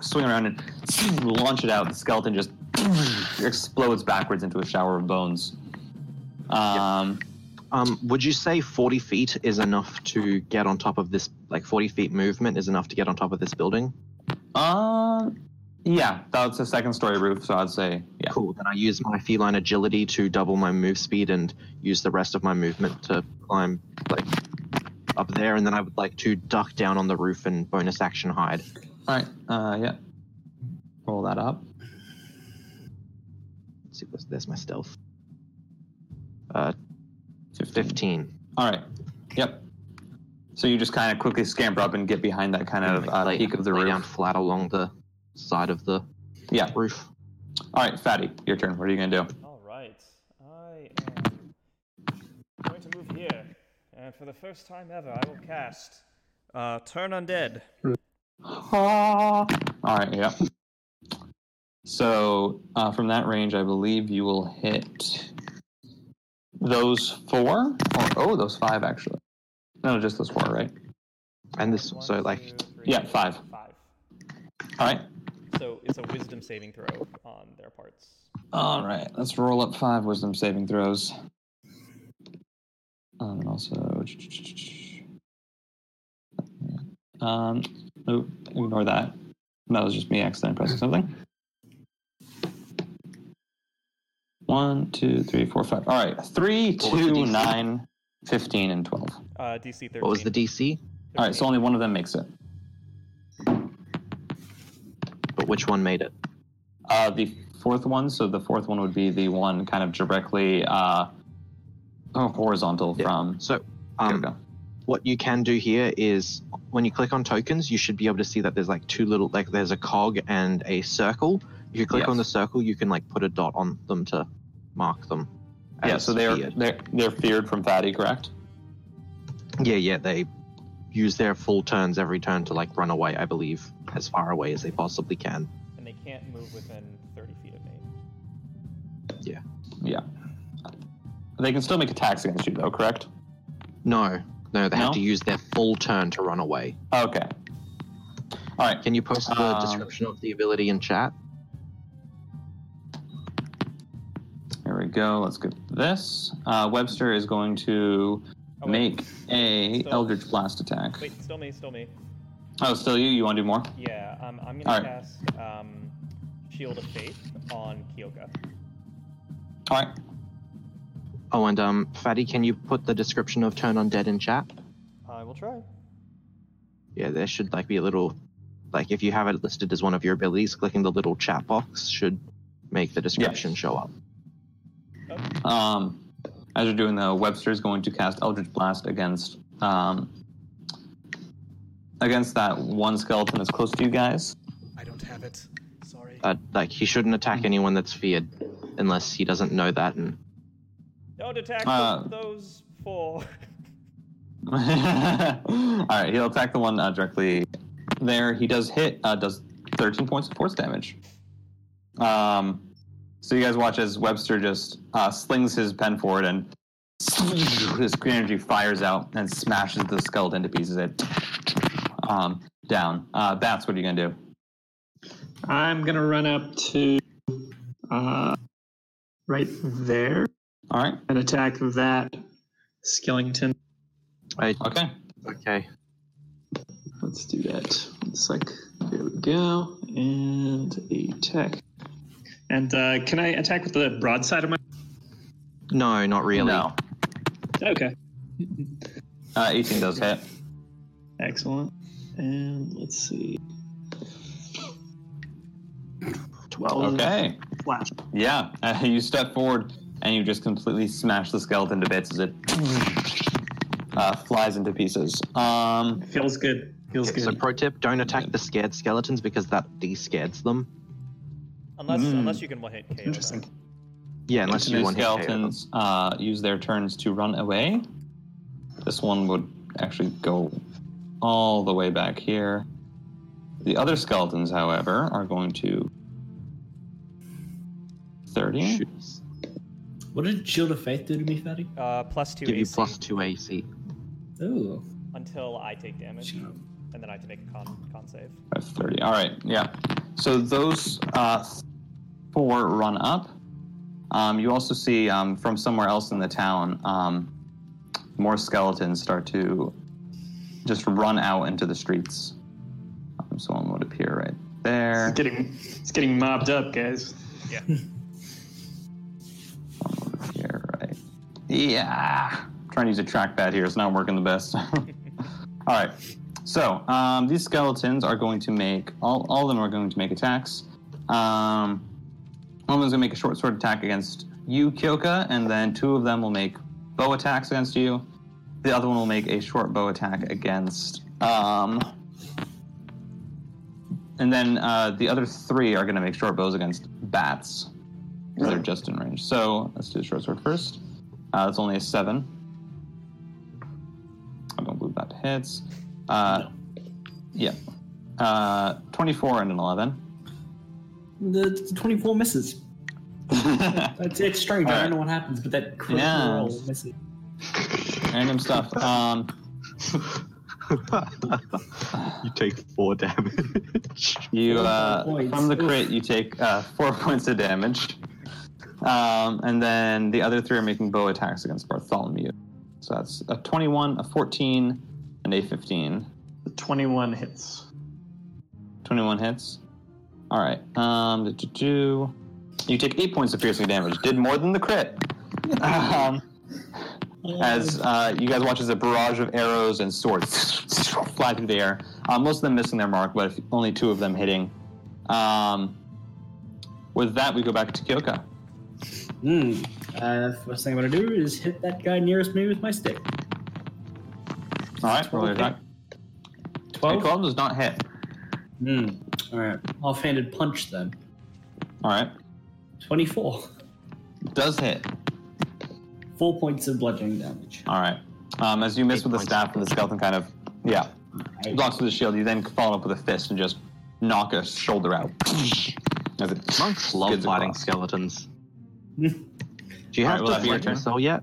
swing around and launch it out, the skeleton just explodes backwards into a shower of bones. Um, Um, would you say forty feet is enough to get on top of this? Like forty feet movement is enough to get on top of this building? uh, yeah. That's a second story roof, so I'd say yeah. Cool. Then I use my feline agility to double my move speed and use the rest of my movement to climb like up there, and then I would like to duck down on the roof and bonus action hide. All right. Uh, yeah. Roll that up. Let's see, what's- there's my stealth. Uh, Fifteen. fifteen. All right. Yep. So you just kind of quickly scamper up and get behind that kind of Like, uh, lay- peak of the lay roof. down flat along the side of the Yeah. roof. All right, Fatty, your turn. What are you gonna do? All right, I am going to move here, and for the first time ever, I will cast uh, Turn Undead. All right. Yeah. So uh, from that range, I believe you will hit those four, or oh, those five actually. No, just those four, right? And this, so One, like, two, three, Yeah, five. five. All right. So it's a wisdom saving throw on their parts. All right. Let's roll up five wisdom saving throws. Um, and also, um, oh, ignore that. That was just me accidentally pressing something. One, two, three, four, five. All right. Three, What was the two, DC? nine, fifteen, and 12. Uh, DC 13. what was the DC? All right. So only one of them makes it. But which one made it? Uh, the fourth one. So the fourth one would be the one kind of directly uh, horizontal Yeah. from. So, Here we um, go. what you can do here is when you click on tokens, you should be able to see that there's like two little, like there's a cog and a circle. If you click Yes. on the circle, you can like put a dot on them to mark them. Yeah, as so they're feared. they're they're feared from Fatty, correct? yeah, yeah. They use their full turns every turn to like run away. I believe as far away as they possibly can. And they can't move within 30 feet of me. Yeah. They can still make attacks against you though, correct? No, no, they No? have to use their full turn to run away. Okay. All right. Can you post the Um, description of the ability in chat? Here we go. Let's get this. Uh, Webster is going to Oh, wait. make a So- Eldritch Blast attack. Wait, still me, still me. Oh, still you? You want to do more? Yeah, um, I'm gonna All right. cast um, Shield of Faith on Kyoka. All right. Oh, and um, Fatty, can you put the description of Turn Undead in chat? I will try. Yeah, there should like be a little, like if you have it listed as one of your abilities, clicking the little chat box should make the description show up. Um, as you're doing though, Webster is going to cast Eldritch Blast against um, against that one skeleton that's close to you guys. I don't have it. Sorry. Uh, like he shouldn't attack anyone that's feared, unless he doesn't know that. And Don't attack Uh, th- those four. All right, he'll attack the one uh, directly there. He does hit, uh, does 13 points of force damage. Um, so you guys watch as Webster just uh, slings his pen forward and his green energy fires out and smashes the skeleton to pieces. It um, down. Uh, Bats, what are you gonna do? I'm gonna run up to uh, right there All right, and attack that skeleton. I, okay. okay, Let's do that. One sec. There we go. And attack. And uh, can I attack with the broadside of my? no, not really. No, Okay. uh, 18 does hit. Excellent. And let's see. Twelve. Okay, splash. Yeah, uh, you step forward and you just completely smash the skeleton to bits as it uh, flies into pieces. Um, Feels good. Feels So good. pro tip: don't attack the scared skeletons because that descares them. Unless hmm. Mm. unless you can one hit KO. them. Interesting. Yeah, unless two you want to skeletons uh, use their turns to run away. This one would actually go all the way back here. The other skeletons, however, are going to thirty. shoot. What did Shield of Faith do to me, Fatty? Uh, plus two Give you AC plus two AC. Ooh. until I take damage, and then I have to make a con con save. That's 30. All right, yeah. So those uh, four run up. Um, you also see um, from somewhere else in the town, um, more skeletons start to just run out into the streets. Um, someone would appear right there. It's getting it's getting mobbed up, guys. Here, right. Yeah. Trying to use a trackpad here. It's not working the best. all right. So um, these skeletons are going to make all, all of them are going to make attacks. Um, one of them's going to make a short sword attack against you, Kyoka, and then two of them will make bow attacks against you. The other one will make a short bow attack against. Um, and then uh, the other three are going to make short bows against bats. They're just in range. So let's do the short sword first. Uh, that's only a seven. I don't believe that hits. Uh, Yeah. Uh, 24 and an 11. The 24 misses. It's, it's strange. I Alright. don't know what happens, but that critical Yeah. roll misses. Random stuff. Um, you take four damage. you Four uh, points. from the Oof. crit, you take uh, four points of damage. Um, and then the other three are making bow attacks against Bartholomew. So that's a 21, a 14, and a 15. The 21 hits. 21 hits. All right. Um, do, do, do. You take eight points of piercing damage. Did more than the crit. Um, as uh, you guys watch as a barrage of arrows and swords fly through the air. Uh, most of them missing their mark, but only two of them hitting. Um, with that, we go back to Kyoka. Hmm. Uh, first thing I'm gonna do is hit that guy nearest me with my stick. All right. Roll your Okay. attack. A 12 does not hit. Hmm. All right. Offhanded punch then. All right. 24. Does hit. Four points of bludgeoning damage. All right. Um, as you miss Eight with the points. staff, and the skeleton kind of, yeah, blocks with the shield. You then follow up with a fist and just knock a shoulder out. As it Monks love skids fighting across. skeletons. Hmm. Do you All have right, well, that'd be your deflect turn. missile yet?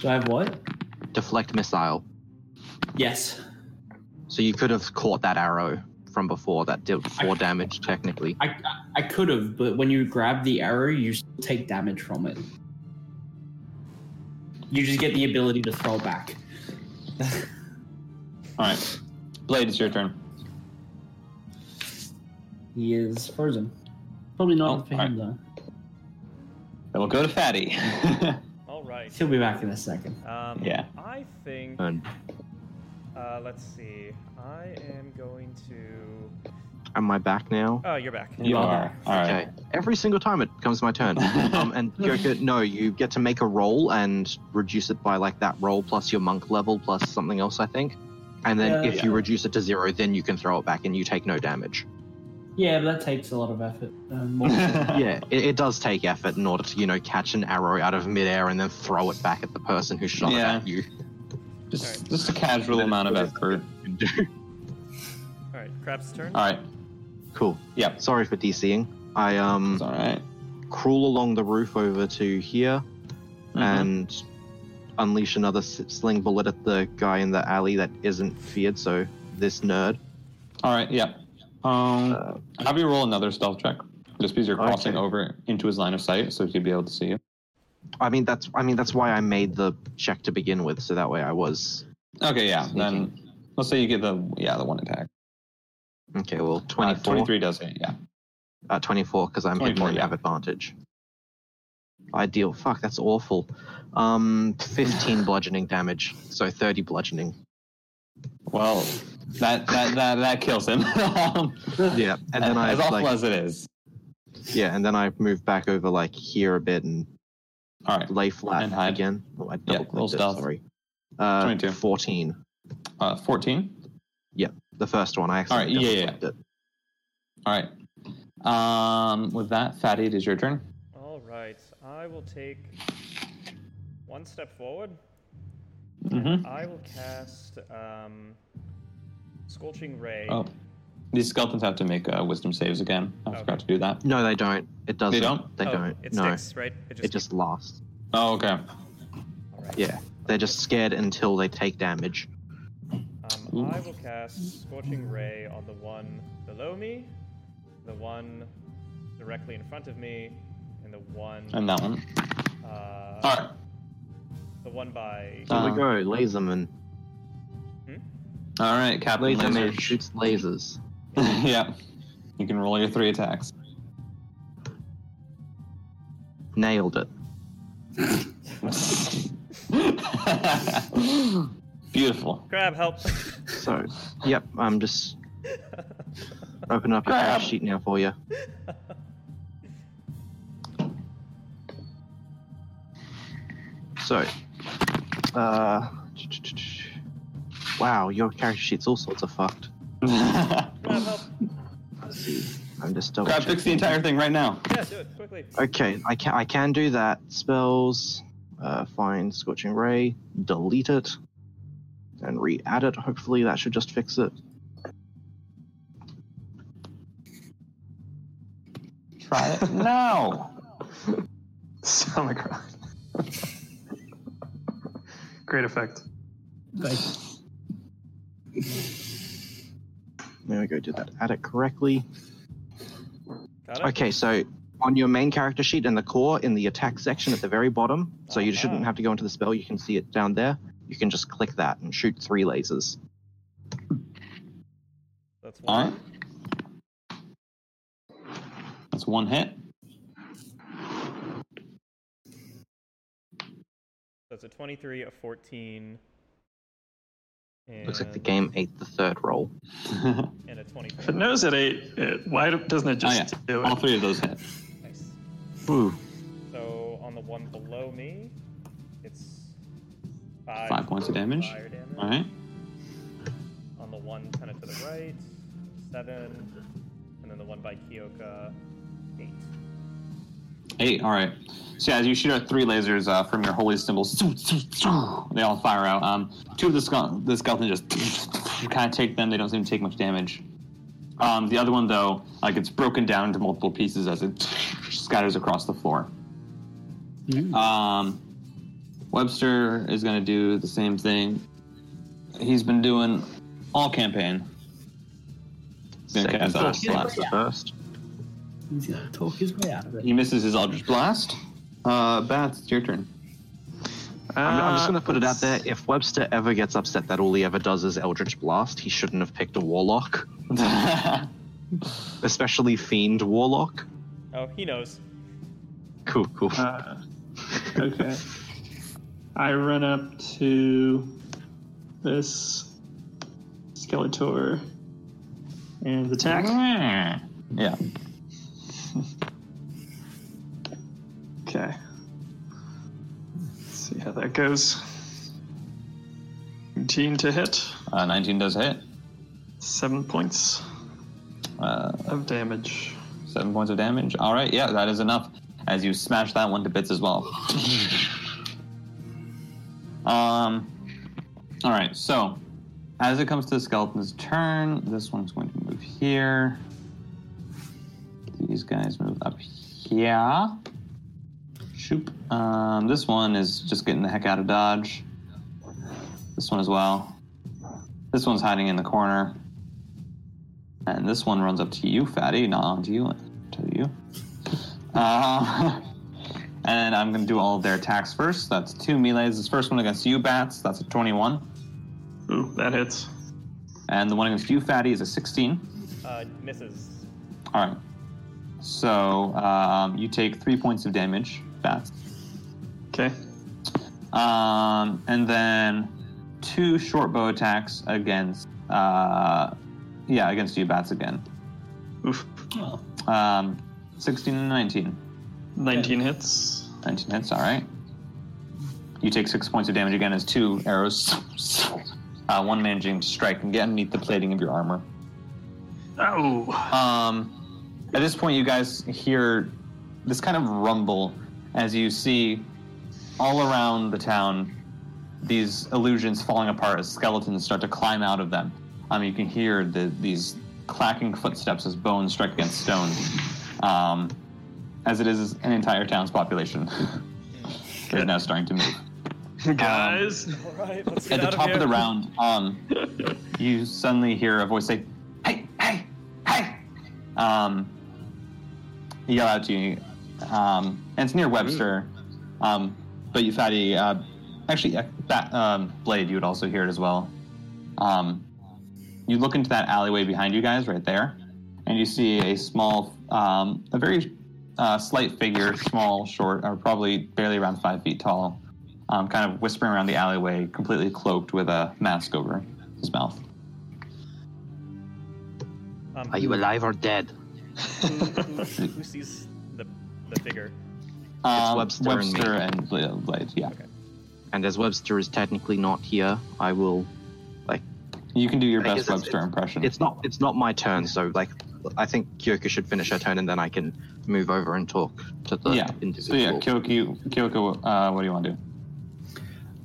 Do I have what? Deflect missile. Yes. So you could have caught that arrow from before that dealt four damage technically. I, I, I could have, but when you grab the arrow, you still take damage from it. You just get the ability to throw back. All right, Blade, it's your turn. He is frozen. Probably not Oh, for him though. Then we'll go to Fatty. All right. He'll be back in a second. Um, Yeah. I think. And Uh, let's see. I am going to. am I back now? Oh, you're back. you are. are. All right. Okay. Every single time it comes my turn. um, and Yoko, no, you get to make a roll and reduce it by like that roll plus your monk level plus something else, I think. And then Yeah. if you reduce it to zero, then you can throw it back and you take no damage. Yeah, but that takes a lot of effort. Um, more- Yeah, it, it does take effort in order to, you know, catch an arrow out of midair and then throw it back at the person who shot it Yeah. at you. just, just a casual amount of effort. All right. Crab's turn. All right. Cool. Yep. Sorry for DCing. I um It's all right. crawl along the roof over to here Mhm. and unleash another s- sling bullet at the guy in the alley that isn't feared. So this nerd. All right. Yep. Um, Uh, Oh, have you roll another stealth check, just because you're crossing Okay. over into his line of sight, so he'd be able to see you. I mean that's I mean that's why I made the check to begin with, so that way I was Okay. Yeah. Then let's say you get the yeah the one attack. okay. Well, Uh, 24, 23 does hit. Yeah. uh, 24, because I'm 24, hidden and yeah. have advantage. Ideal. Fuck, that's awful. Um, 15 bludgeoning damage, so 30 bludgeoning. Well, that that that, that kills him. Um, Yeah, and then I Uh, as awful like as it is. Yeah, and then I move back over like here a bit and All right. lay flat And hide. again. Oh, I double roll clicked it. stealth. Sorry. Uh, 22. 14. Uh, 14. The first one. I right, accidentally yeah, double yeah, clicked it. All right. Um, with that, Fatty, it is your turn. All right, I will take one step forward. Mm-hmm. I will cast um, Scorching Ray. Oh, these skeletons have to make uh, wisdom saves again. I Okay. forgot to do that. No, they don't. It doesn't. don't? They Oh, don't. It no. sticks, right? It just lasts. Oh, okay. Yeah. They're just scared until they take damage. Um, I will cast Scorching Ray on the one below me, the one directly in front of me, and the one, Um, And that one. uh, All right. the one by. Here Uh, we go. Laserman. All right, Captain Laserman Laser. shoots lasers. yeah. You can roll your three attacks. Nailed it. Beautiful. Crab, help! So, yep. I'm just open up your Crap. cash sheet now for you. So, uh, wow, your character sheet's all sorts of fucked. Grab Crab, help! I'm just double. checking. fix the entire thing right now. Yeah, do it quickly. Okay, I can I can do that. Spells, uh, find scorching ray, delete it, and re-add it. Hopefully that should just fix it. Try it now. Sonicron. Great effect. Like, There we go. Did that add it correctly? Got it? Okay, so on your main character sheet in the core, in the attack section at the very bottom, so you Ah. shouldn't have to go into the spell. You can see it down there. You can just click that and shoot three lasers. That's All one. Uh-huh. right. That's one hit. So it's a 23, a 14, and, Looks like the game ate the third roll. and a If it 24. knows at eight, it, why do- doesn't it Oh, just yeah. do All it? three of those hit. Nice. Ooh, So on the one below me, it's five, Five points of damage. fire damage. All right. On the one kind of to the right, seven, and then the one by Kyoka, eight. Eight. All right. So yeah, as you shoot out three lasers uh, from your holy symbols, they all fire out. Um, two of the, skele- the skeleton just kind of take them. They don't seem to take much damage. Um, the other one though, like it's broken down into multiple pieces as it scatters across the floor. Um, Webster is going to do the same thing. He's been doing all campaign. He's gonna second cast Eldritch first. That's the first. Blast. he's gonna talk his way out of it. He misses his Eldritch Blast. Uh, Bats, it's your turn. I'm, I'm just going to put it out Uh, there. If Webster ever gets upset that all he ever does is Eldritch Blast, he shouldn't have picked a Warlock, especially Fiend Warlock. Oh, he knows. Cool, cool. Uh, okay. I run up to this Skeletor and attack. yeah. Okay. Let's see how that goes. 18 to hit, Uh, 19 does hit. 7 points Uh, of damage. seven points of damage. All right. Yeah, that is enough. As you smash that one to bits as well. um. All right. So, as it comes to the skeleton's turn, this one's going to move here. These guys move up here. Shoop. Um, this one is just getting the heck out of dodge. This one as well. This one's hiding in the corner. And this one runs up to you, fatty, not onto you, to you. Uh, and I'm going to do all of their attacks first. That's two melees. This first one against you, Bats, that's a 21. Ooh, that hits. And the one against you, fatty, is a 16. Uh, misses. All right. So um, you take three points of damage, Bats. Okay. Um, and then two short bow attacks against, uh, yeah, against you, Bats again. Oof. Oh, Um, 16 and 19. 19 hits. 19 hits, all right. You take six points of damage again as two arrows, uh, one managing to strike and get underneath the plating of your armor. Oh. Um, at this point, you guys hear this kind of rumble as you see all around the town these illusions falling apart as skeletons start to climb out of them. Um, you can hear the, these clacking footsteps as bones strike against stone, um, as it is an entire town's population. They're now starting to move. Um, Guys. All right, let's get At the out top of here. of the round, um, you suddenly hear a voice say, "Hey, hey, hey!" Um, yell out to you, um, and it's near Webster. Um, but you, fatty, uh, actually, uh, that um, blade, you would also hear it as well. Um, you look into that alleyway behind you guys, right there, and you see a small, um, a very uh, slight figure, small, short, or probably barely around five feet tall, um, kind of whispering around the alleyway, completely cloaked with a mask over his mouth. Um, Are you alive or dead? who, who sees the, the figure? Um, Webster and me. Webster and, Bla- Blade. Yeah, And as Webster is technically not here, I will. you can do your I guess best it's- Webster impression. It's not. It's not my turn. So like, I think Kyoko should finish her turn, and then I can move over and talk to the yeah. So individual. yeah, Kyoko, Kyoko, uh, what do you want to do?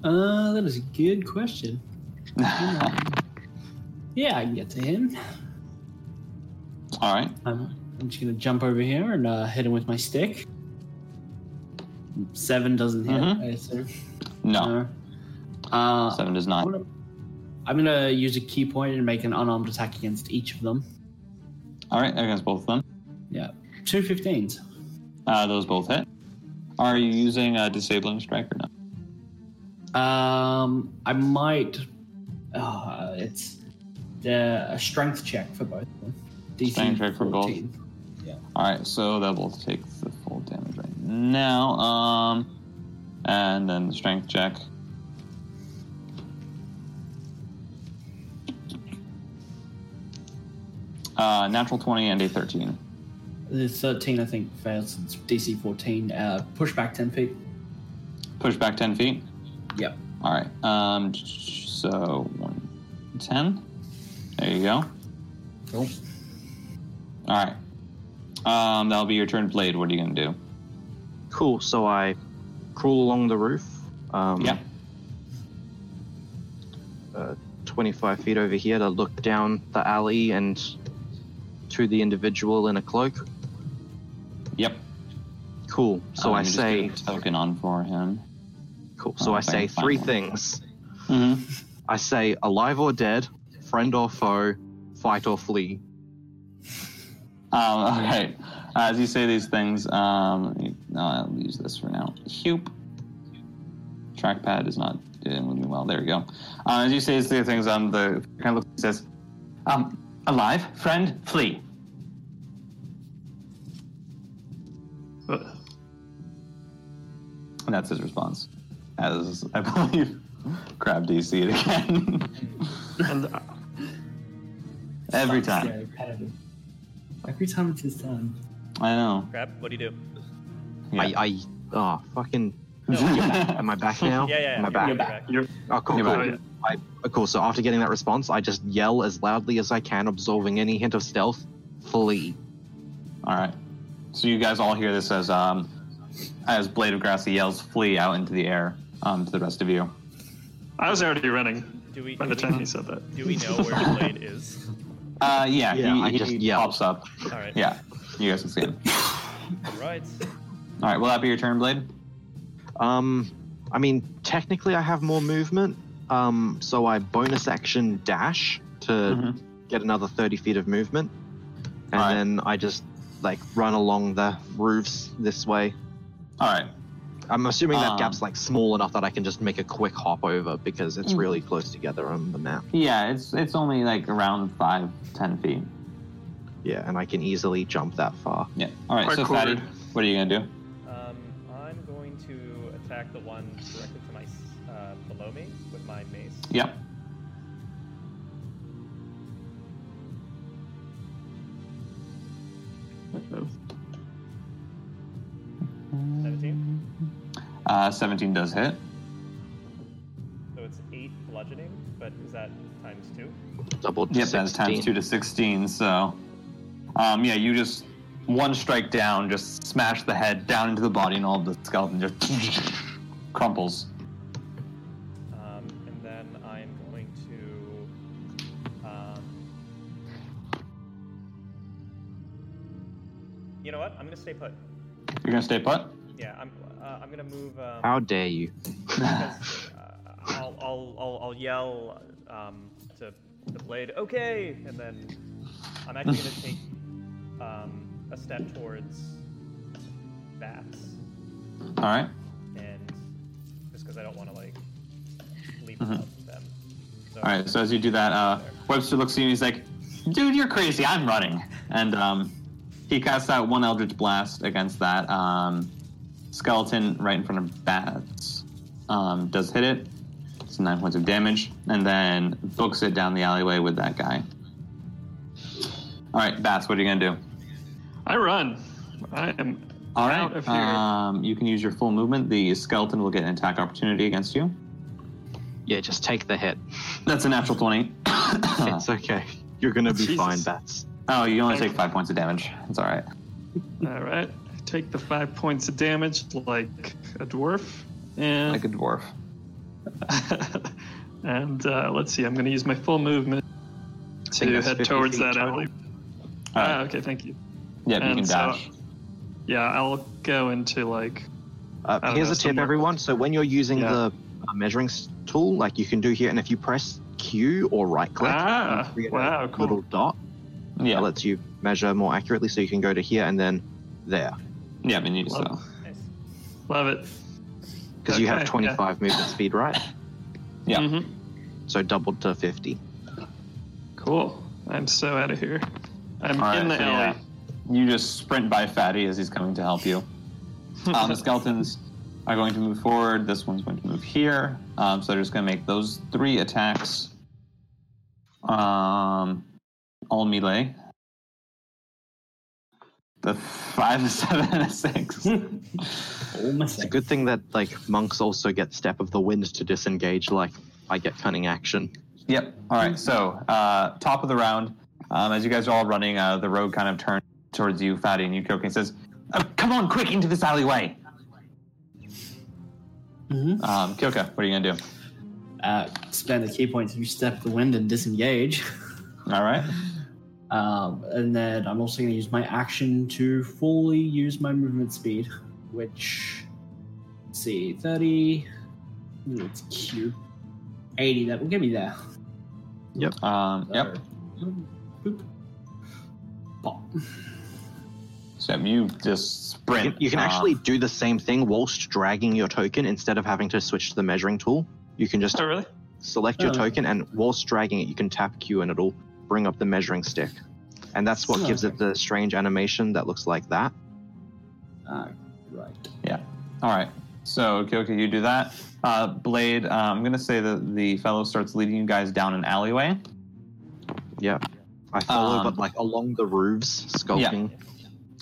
Uh, that is a good question. Yeah, I can get to him. All right. I'm, I'm just gonna jump over here and uh, hit him with my stick. Seven doesn't hit, Mhm. I assume. No, No. Uh, seven does I'm not. gonna, I'm gonna use a key point and make an unarmed attack against each of them. All right, against both of them. Yeah, two 15s. Uh, those both hit. Are you using a disabling strike or not? Um, I might. Uh, it's the, a strength check for both of them. DC Strength check for both. All right, so that will take the full damage right now. Um, and then the strength check. Uh, natural 20 and a 13. The 13, I think, fails. It's DC 14. Uh, push back 10 feet. Push back 10 feet. Yep. All right. Um, so one, 10. There you go. Cool. All right. Um, that'll be your turn, Blade. What are you going to do? Cool. So I crawl along the roof. Um, Yeah. Uh, 25 feet over here to look down the alley and to the individual in a cloak. Yep. Cool. So Uh, Oh, I let me just say, get a token on for him. cool. So Oh, I if I can say find three one. things. Mm-hmm. hmm I say alive or dead, friend or foe, fight or flee. Um, okay. As you say these things, um, no, I'll use this for now. Hoop. Trackpad is not doing with me well. There we go. Uh, as you say these things, um, the kind of looks and says, um, alive, friend, flee. Uh, And that's his response. As I believe, Crab DC it again. and uh, Every Sucks, time. yeah, repetitive. Every time it's his turn. I know. Crap, what do you do? Yeah. I, I, oh, fucking. Am I back now? Yeah, yeah, Am yeah. I you're back? you're you're Oh, cool, You're cool. back. Yeah. I, oh, cool. So after getting that response, I just yell as loudly as I can, absorbing any hint of stealth. Flee. All right. So you guys all hear this as um, as Blade of Grassy yells "flee" out into the air um, to the rest of you. I was already running Do we, by do the time we, he said that. do we know where Blade is? Uh, yeah, Yeah, he, I he just yelled. pops up. All right. Yeah, you guys can see him. All right. All right, will that be your turn, Blade? Um, I mean, technically, I have more movement. Um, so I bonus action dash to Mhm. get another thirty feet of movement, and Alright. then I just like run along the roofs this way. All right. I'm assuming that Um, gap's like small enough that I can just make a quick hop over because it's Mm. really close together on the map. Yeah, it's it's only like around five, ten feet. Yeah, and I can easily jump that far. Yeah. All right. So Parkour. Fatty, what are you gonna do? Um, I'm going to attack the one directly to my s- uh, below me with my mace. Yep. Uh, 17 does hit. So it's eight bludgeoning, but is that times two? Double to Yep, that's times 16. two to 16. So, um, yeah, you just one strike down, just smash the head down into the body, and all of the skeleton just crumples. Um, and then I'm going to. Um, you know what? I'm gonna stay put. You're gonna stay put. Yeah, I'm. Uh, I'm gonna move. Um, How dare you? because, uh, I'll, I'll, I'll, I'll yell um, to the blade, okay, and then I'm actually going to take um, a step towards bats, All right. and just because I don't want to like leap Mhm. above them. So, All right. So as you do that, uh, Webster looks at you and he's like, "Dude, you're crazy. I'm running." And um, he casts out one Eldritch Blast against that um, skeleton right in front of Bats. Um, does hit it. It's nine points of damage, and then books it down the alleyway with that guy. All right, Bats. What are you gonna do? I run. I am All Out right. of here. Um, you can use your full movement. The skeleton will get an attack opportunity against you. Yeah, just take the hit. That's a natural twenty. It's okay. You're gonna be Jesus. fine, Bats. oh, you only take five points of damage. It's all right. all right. Take the five points of damage like a dwarf, and Like a dwarf. and uh, let's see. I'm going to use my full movement think to that's head 50 towards feet that total. alley. All right. Ah, okay, thank you. Yep, Uh, you And can so- dash. Yeah, I'll go into like I Uh, don't Here's know, a tip, somewhere- everyone. So when you're using Yeah. the uh, measuring s- tool, like you can do here, and if you press Q or right click, Ah, you create a wow, cool. little dot yeah, that lets you measure more accurately. So you can go to here and then there, yeah, I mean, you so. nice. love it. because you have Okay, yeah. 25 movement speed, right? Yeah. Mhm. So doubled to 50. Cool. I'm so out of here. I'm All right, in the so, alley. yeah, you just sprint by Fatty as he's coming to help you. Um, the skeletons are going to move forward. This one's going to move here. Um, so they're just going to make those three attacks. Um, all melee. The five, a seven, and a six. Almost. It's a good thing that like monks also get step of the wind to disengage. Like I get cunning action. Yep. All right. So, uh, top of the round, um, as you guys are all running, uh, the road kind of turns towards you, Fatty, and you joke and says, oh, "Come on, quick into this alleyway." Mhm. Um, Kyoka, what are you gonna do? Uh, spend the key points. You step the wind and disengage. All right. Um, and then I'm also going to use my action to fully use my movement speed, which, let's see, 30. Ooh, it's cute. 80, that will get me there. Um, yep. Boop. Pop. So you just You, sprint. you can Um, actually do the same thing whilst dragging your token instead of having to switch to the measuring tool. You can just Oh, really? select your Oh. token and whilst dragging it you can tap q and it'll bring up the measuring stick and that's what Oh, gives it the strange animation that looks like that Uh, right. All right. So Kyoka, you do that. Uh, Blade, uh, I'm gonna say that the fellow starts leading you guys down an alleyway. i follow Um. but like along the roofs skulking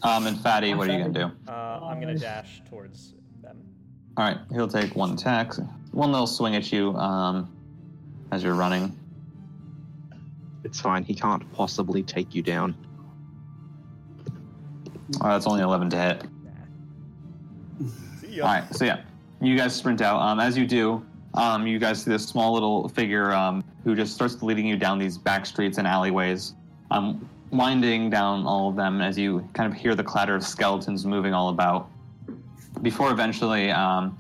Um, and Fatty, what are you gonna do? Uh, I'm going Nice. to dash towards them. All right, he'll take one attack, one little swing at you um, as you're running. it's fine he can't possibly take you down Oh, that's only 11 to hit. See ya. All right, so yeah, you guys sprint out. Um, as you do, um, you guys see this small little figure um, who just starts leading you down these back streets and alleyways, um, winding down all of them as you kind of hear the clatter of skeletons moving all about. Before eventually, um,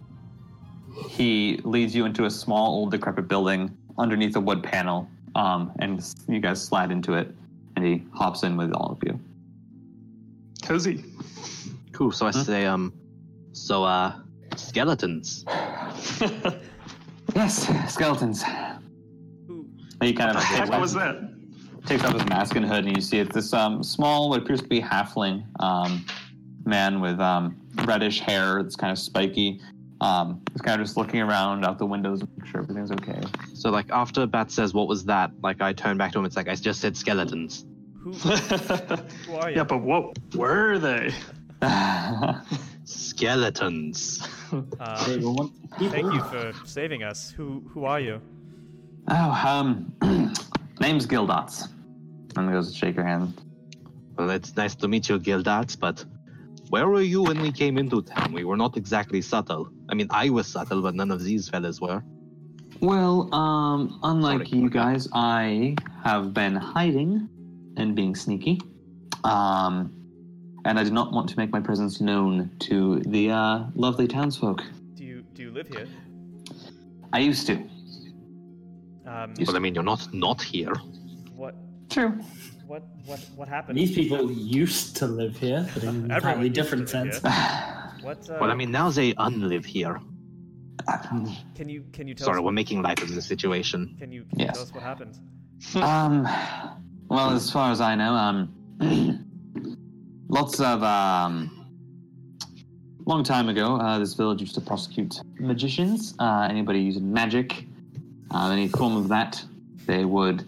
he leads you into a small, old, decrepit building underneath a wood panel, um, and you guys slide into it, and he hops in with all of you. Cozy. cool so i Huh? say um so uh skeletons Yes, skeletons. Ooh. He kind of Heck, takes what off, was that? takes off his mask and hood, and you see it's this um, small, what appears to be halfling um, man with um, reddish hair. It's kind of spiky. Um, he's kind of just looking around out the windows, make sure everything's okay. so like after bat says what was that like i turn back to him it's like i just said skeletons Who, who are you? yeah, but what were they? Skeletons. They Uh, were one- thank you for saving us. Who who are you? Oh, um, name's Gildots. And goes to shake her hand. Well, it's nice to meet you, Gildats, but where were you when we came into town? We were not exactly subtle. I mean, I was subtle, but none of these fellas were. Well, um, unlike Sorry. you guys, I have been hiding and being sneaky. Um, and I do not want to make my presence known to the uh, lovely townsfolk. Do you do you live here? I used to. Um, But I mean, you're not not here. what True. what what what happened? These people used to live here, but in an Everyone entirely used to different live sense. here. What? Uh, Well, I mean, now they unlive here. can you can you tell Sorry, us? we're making light of the situation. Can you, can you Yes. tell us what happened? um, well, as far as I know, um, lots of um, long time ago, uh, this village used to prosecute magicians. Uh, anybody using magic, uh, any form of that, they would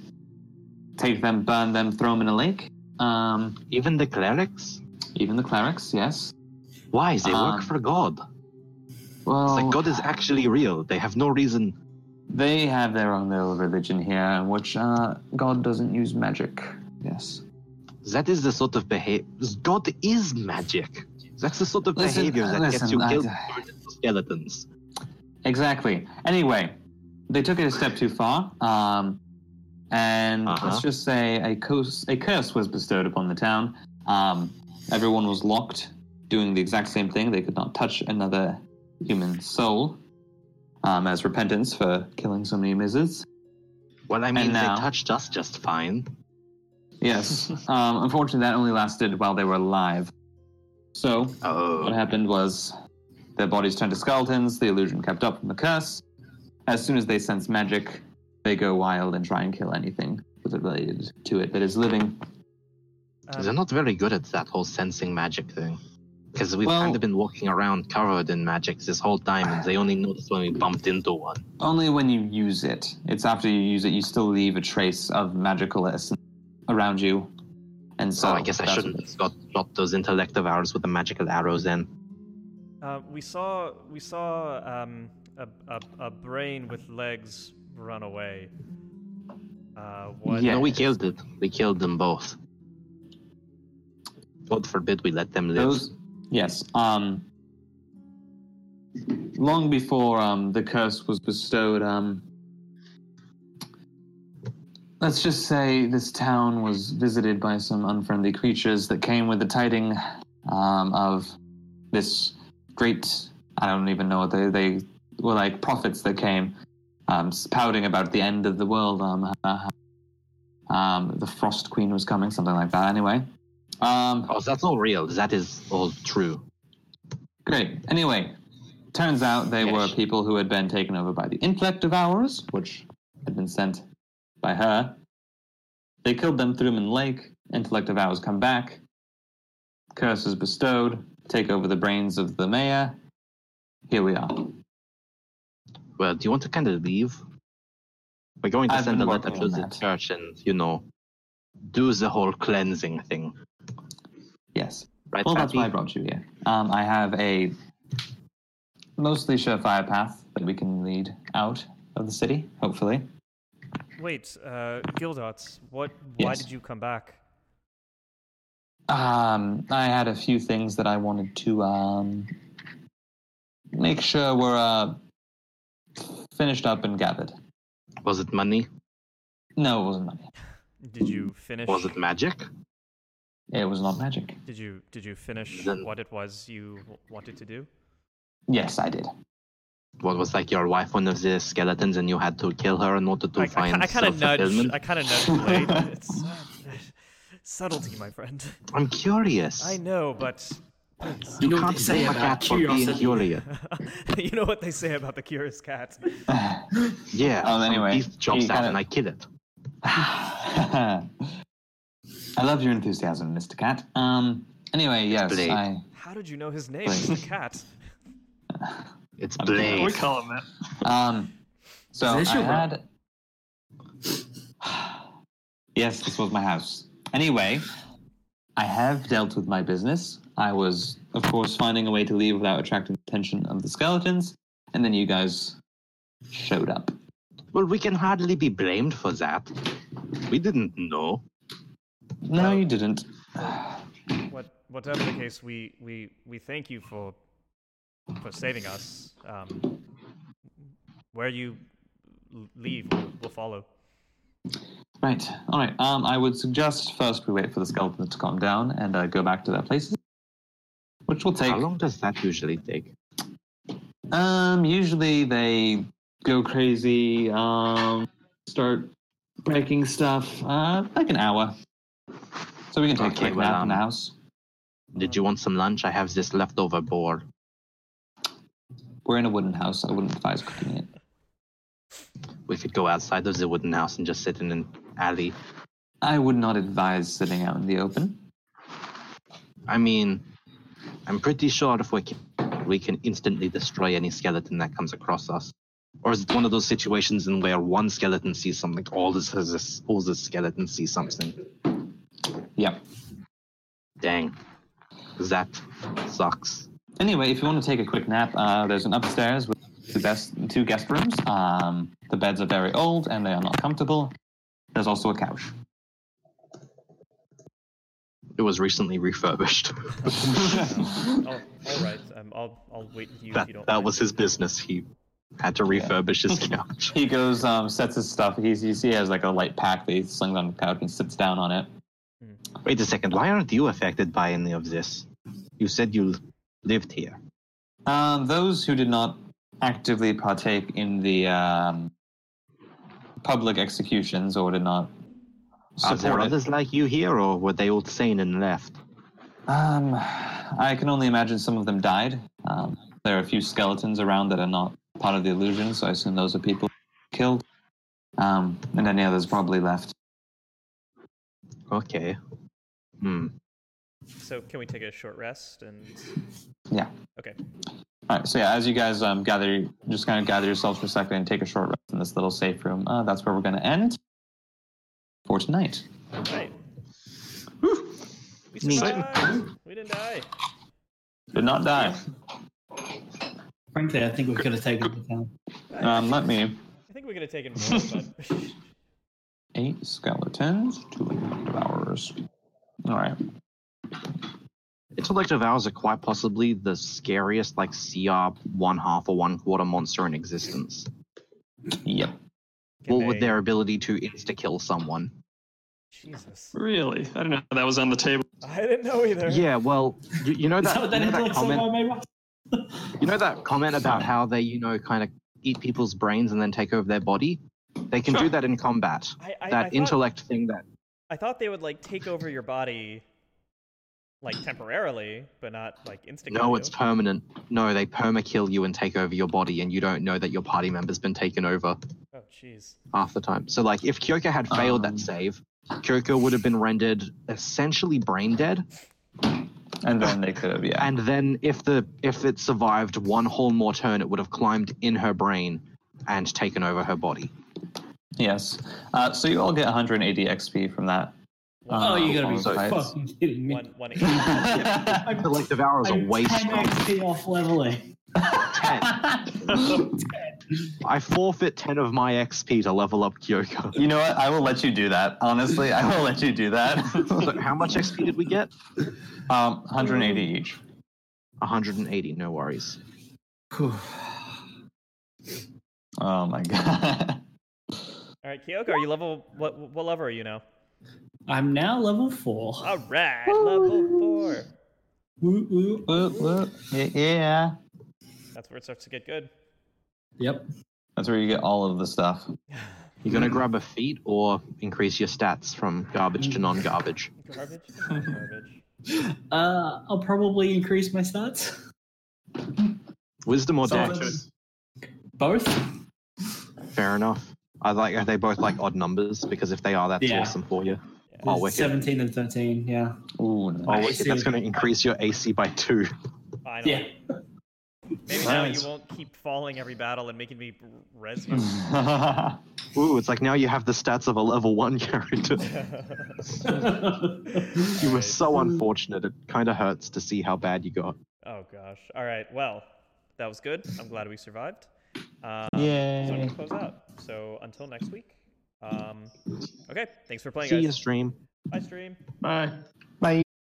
take them, burn them, throw them in a lake. Um, Even the clerics? even the clerics, yes. Why? They Um, work for God. It's Well, like God is actually real. They have no reason. they have their own little religion here, in which uh, God doesn't use magic. Yes. That is the sort of behavior. God is magic. That's the sort of Listen, behavior that listen, gets you I- killed by the skeletons. Exactly. Anyway, they took it a step too far, um, and Uh-huh. let's just say a curse, a curse was bestowed upon the town. Um, everyone was locked, doing the exact same thing. They could not touch another human soul um, as repentance for killing so many wizards. Well, I mean, they now- touched us just fine. Yes. um, unfortunately, that only lasted while they were alive. So What Oh, happened was their bodies turned to skeletons, the illusion kept up from the curse. As soon as they sense magic, they go wild and try and kill anything that is related to it that is living. Um, they're not very good at that whole sensing magic thing. Because we've Well- kind of been walking around covered in magic this whole time, and they only noticed when we bumped into one. Only when you use it. It's after you use it, you still leave a trace of magical essence around you. And so So Oh, I guess I Oh, that's shouldn't what- have got, got those intellect of ours with the magical arrows in. Uh, we saw we saw um, a, a a brain with legs run away. Uh, what? No, we Yes. killed it. We killed them both. God forbid we let them live. Those, yes. Um, long before um, the curse was bestowed, um, let's just say this town was visited by some unfriendly creatures that came with the tiding um, of this great. I don't even know what they they were like prophets that came um, spouting about the end of the world. Um, uh, um, the Frost Queen was coming, something like that. Anyway, um, Oh, that's all real. That is all true. Great. Anyway, turns out they Yes. were people who had been taken over by the intellect devourers, which had been sent by her. They killed them, threw them in the lake. Intellect devourers come back. Curse is bestowed. Take over the brains of the mayor. Here we are. Well, do you want to kind of leave? We're going to I've send a been letter working to on the that. church and, you know, do the whole cleansing thing. Yes. Right, Well, that's Happy? why I brought you here. Um, I have a mostly surefire path that we can lead out of the city, hopefully. Wait, uh, Gildots. What? Why Yes. did you come back? Um, I had a few things that I wanted to um, make sure were uh, finished up and gathered. Was it money? No, it wasn't money. Did you finish? Was it magic? It was not magic. Did you did you finish Then- what it was you w- wanted to do? Yes, I did. What was like your wife one of the skeletons and you had to kill her in order to I, find kind of nudge. self-fulfillment? I kind of nudge Blade. it's uh, subtlety, my friend. I'm curious. I know, but You know what Can't they say blame a about cat for being curiosity. curious. you know what they say about the curious cat. Yeah. Oh, some anyway, Beast jumps you out kinda- and I kill it. I love your enthusiasm, Mr. Cat. Um, anyway, yes, Blade. I. How did you know his name? It's the cat. It's I'm kidding. Blade. We call him that. Um, so I Is this your room? had. yes, this was my house. Anyway, I have dealt with my business. I was, of course, finding a way to leave without attracting the attention of the skeletons, and then you guys showed up. Well, we can hardly be blamed for that. We didn't know. No, you didn't. What, whatever the case, we, we, we thank you for for saving us. Um, where you l- leave, we'll, we'll follow. Right. All right. Um, I would suggest first we wait for the skeletons to calm down and uh, go back to their places, which will take. How long does that usually take? Um, usually they go crazy, um, start breaking stuff. Uh, like an hour. So we can take a Okay, quick well, nap in um, the house. Did you want some lunch? I have this leftover boar. We're in a wooden house. I wouldn't advise cooking it. We could go outside of the wooden house and just sit in an alley. I would not advise sitting out in the open. I mean, I'm pretty sure if we can, we can instantly destroy any skeleton that comes across us. Or is it one of those situations in where one skeleton sees something, all the s- all the skeletons see something? Yep. Dang, that sucks. Anyway, if you want to take a quick nap, uh, there's an upstairs with two, best, two guest rooms. Um, the beds are very old and they are not comfortable. There's also a couch. It was recently refurbished. Oh, all right. Um, I'll, I'll wait with you if that you don't. that mind. was his business. He had to refurbish his couch. he goes, um, sets his stuff. He's, he's, he has like a light pack that he slings on the couch and sits down on it. Wait a second. Why aren't you affected by any of this? You said you l- lived here. Um, those who did not actively partake in the um, public executions or did not Are there support it, others like you here, or were they all sane and left? Um, I can only imagine some of them died. Um, there are a few skeletons around that are not part of the illusion, so I assume those are people killed. Um, and any others probably left. Okay. Hmm. So can we take a short rest and? Yeah. Okay. All right. So yeah, as you guys um, gather, just kind of gather yourselves for a second and take a short rest in this little safe room. Uh, that's where we're going to end for tonight. All right. We Neat. survived. We didn't die. Did not die. Frankly, I think we could have taken it down. Um, let me. I think we could have taken more, but Eight skeletons, two devourers. All right. Intellect of ours are quite possibly the scariest, like CR one half or one quarter monster in existence. Yep. Can what with they- their ability to insta kill someone. Jesus, Really? I don't know. That was on the table. I didn't know either. Yeah, well, you, you know Is that, that what you that know that intellect comment. somehow made us? You know that comment about how they, you know, kind of eat people's brains and then take over their body? They can do that in combat. I, I, I That thought, intellect thing that. I thought they would like take over your body, like temporarily, but not like instantly. No, it's permanent. No, they perma kill you and take over your body, and you don't know that your party member's been taken over Oh, jeez. half the time. So, like, if Kyoka had failed Um. that save, Kyoka would have been rendered essentially brain dead. And then they could have, yeah. And then, if the if it survived one whole more turn, it would have climbed in her brain and taken over her body. Yes. Uh, so you all get 180 XP from that. Oh, you gotta be so fucking kidding me. One, one. eight. Intellect of ours are I'm way 10 stronger. XP off leveling. I forfeit 10 of my XP to level up Kyoko. You know what? I will let you do that. Honestly, I will let you do that. So how much XP did we get? um, 180 each. 180, no worries. Cool. Oh my god. All right, Kyoko, are you level? What what level are you now? I'm now level four. All right, level four. Woo, woo. Whoop, whoop. Y- Yeah. That's where it starts to get good. Yep. That's where you get all of the stuff. You're going to grab a feat or increase your stats from garbage to non garbage. Garbage. Garbage. Uh, I'll probably increase my stats. Wisdom or dex? Sometimes. Both. Fair enough. I like. Are they both like odd numbers? Because if they are, that's Yeah. awesome for you. Oh, wicked. 17 and 13, yeah. Ooh, nice. Oh, wicked. see. That's going to increase your AC by two. Finally. Yeah. Maybe now you Nice. won't keep falling every battle and making me res you. Ooh, it's like now you have the stats of a level one character. you were so unfortunate. It kind of hurts to see how bad you got. Oh gosh. All right. Well, that was good. I'm glad we survived. Um, So I'm Yay. gonna close out. So until next week. Um, okay. Thanks for playing, See you, guys. stream. Bye, stream. Bye.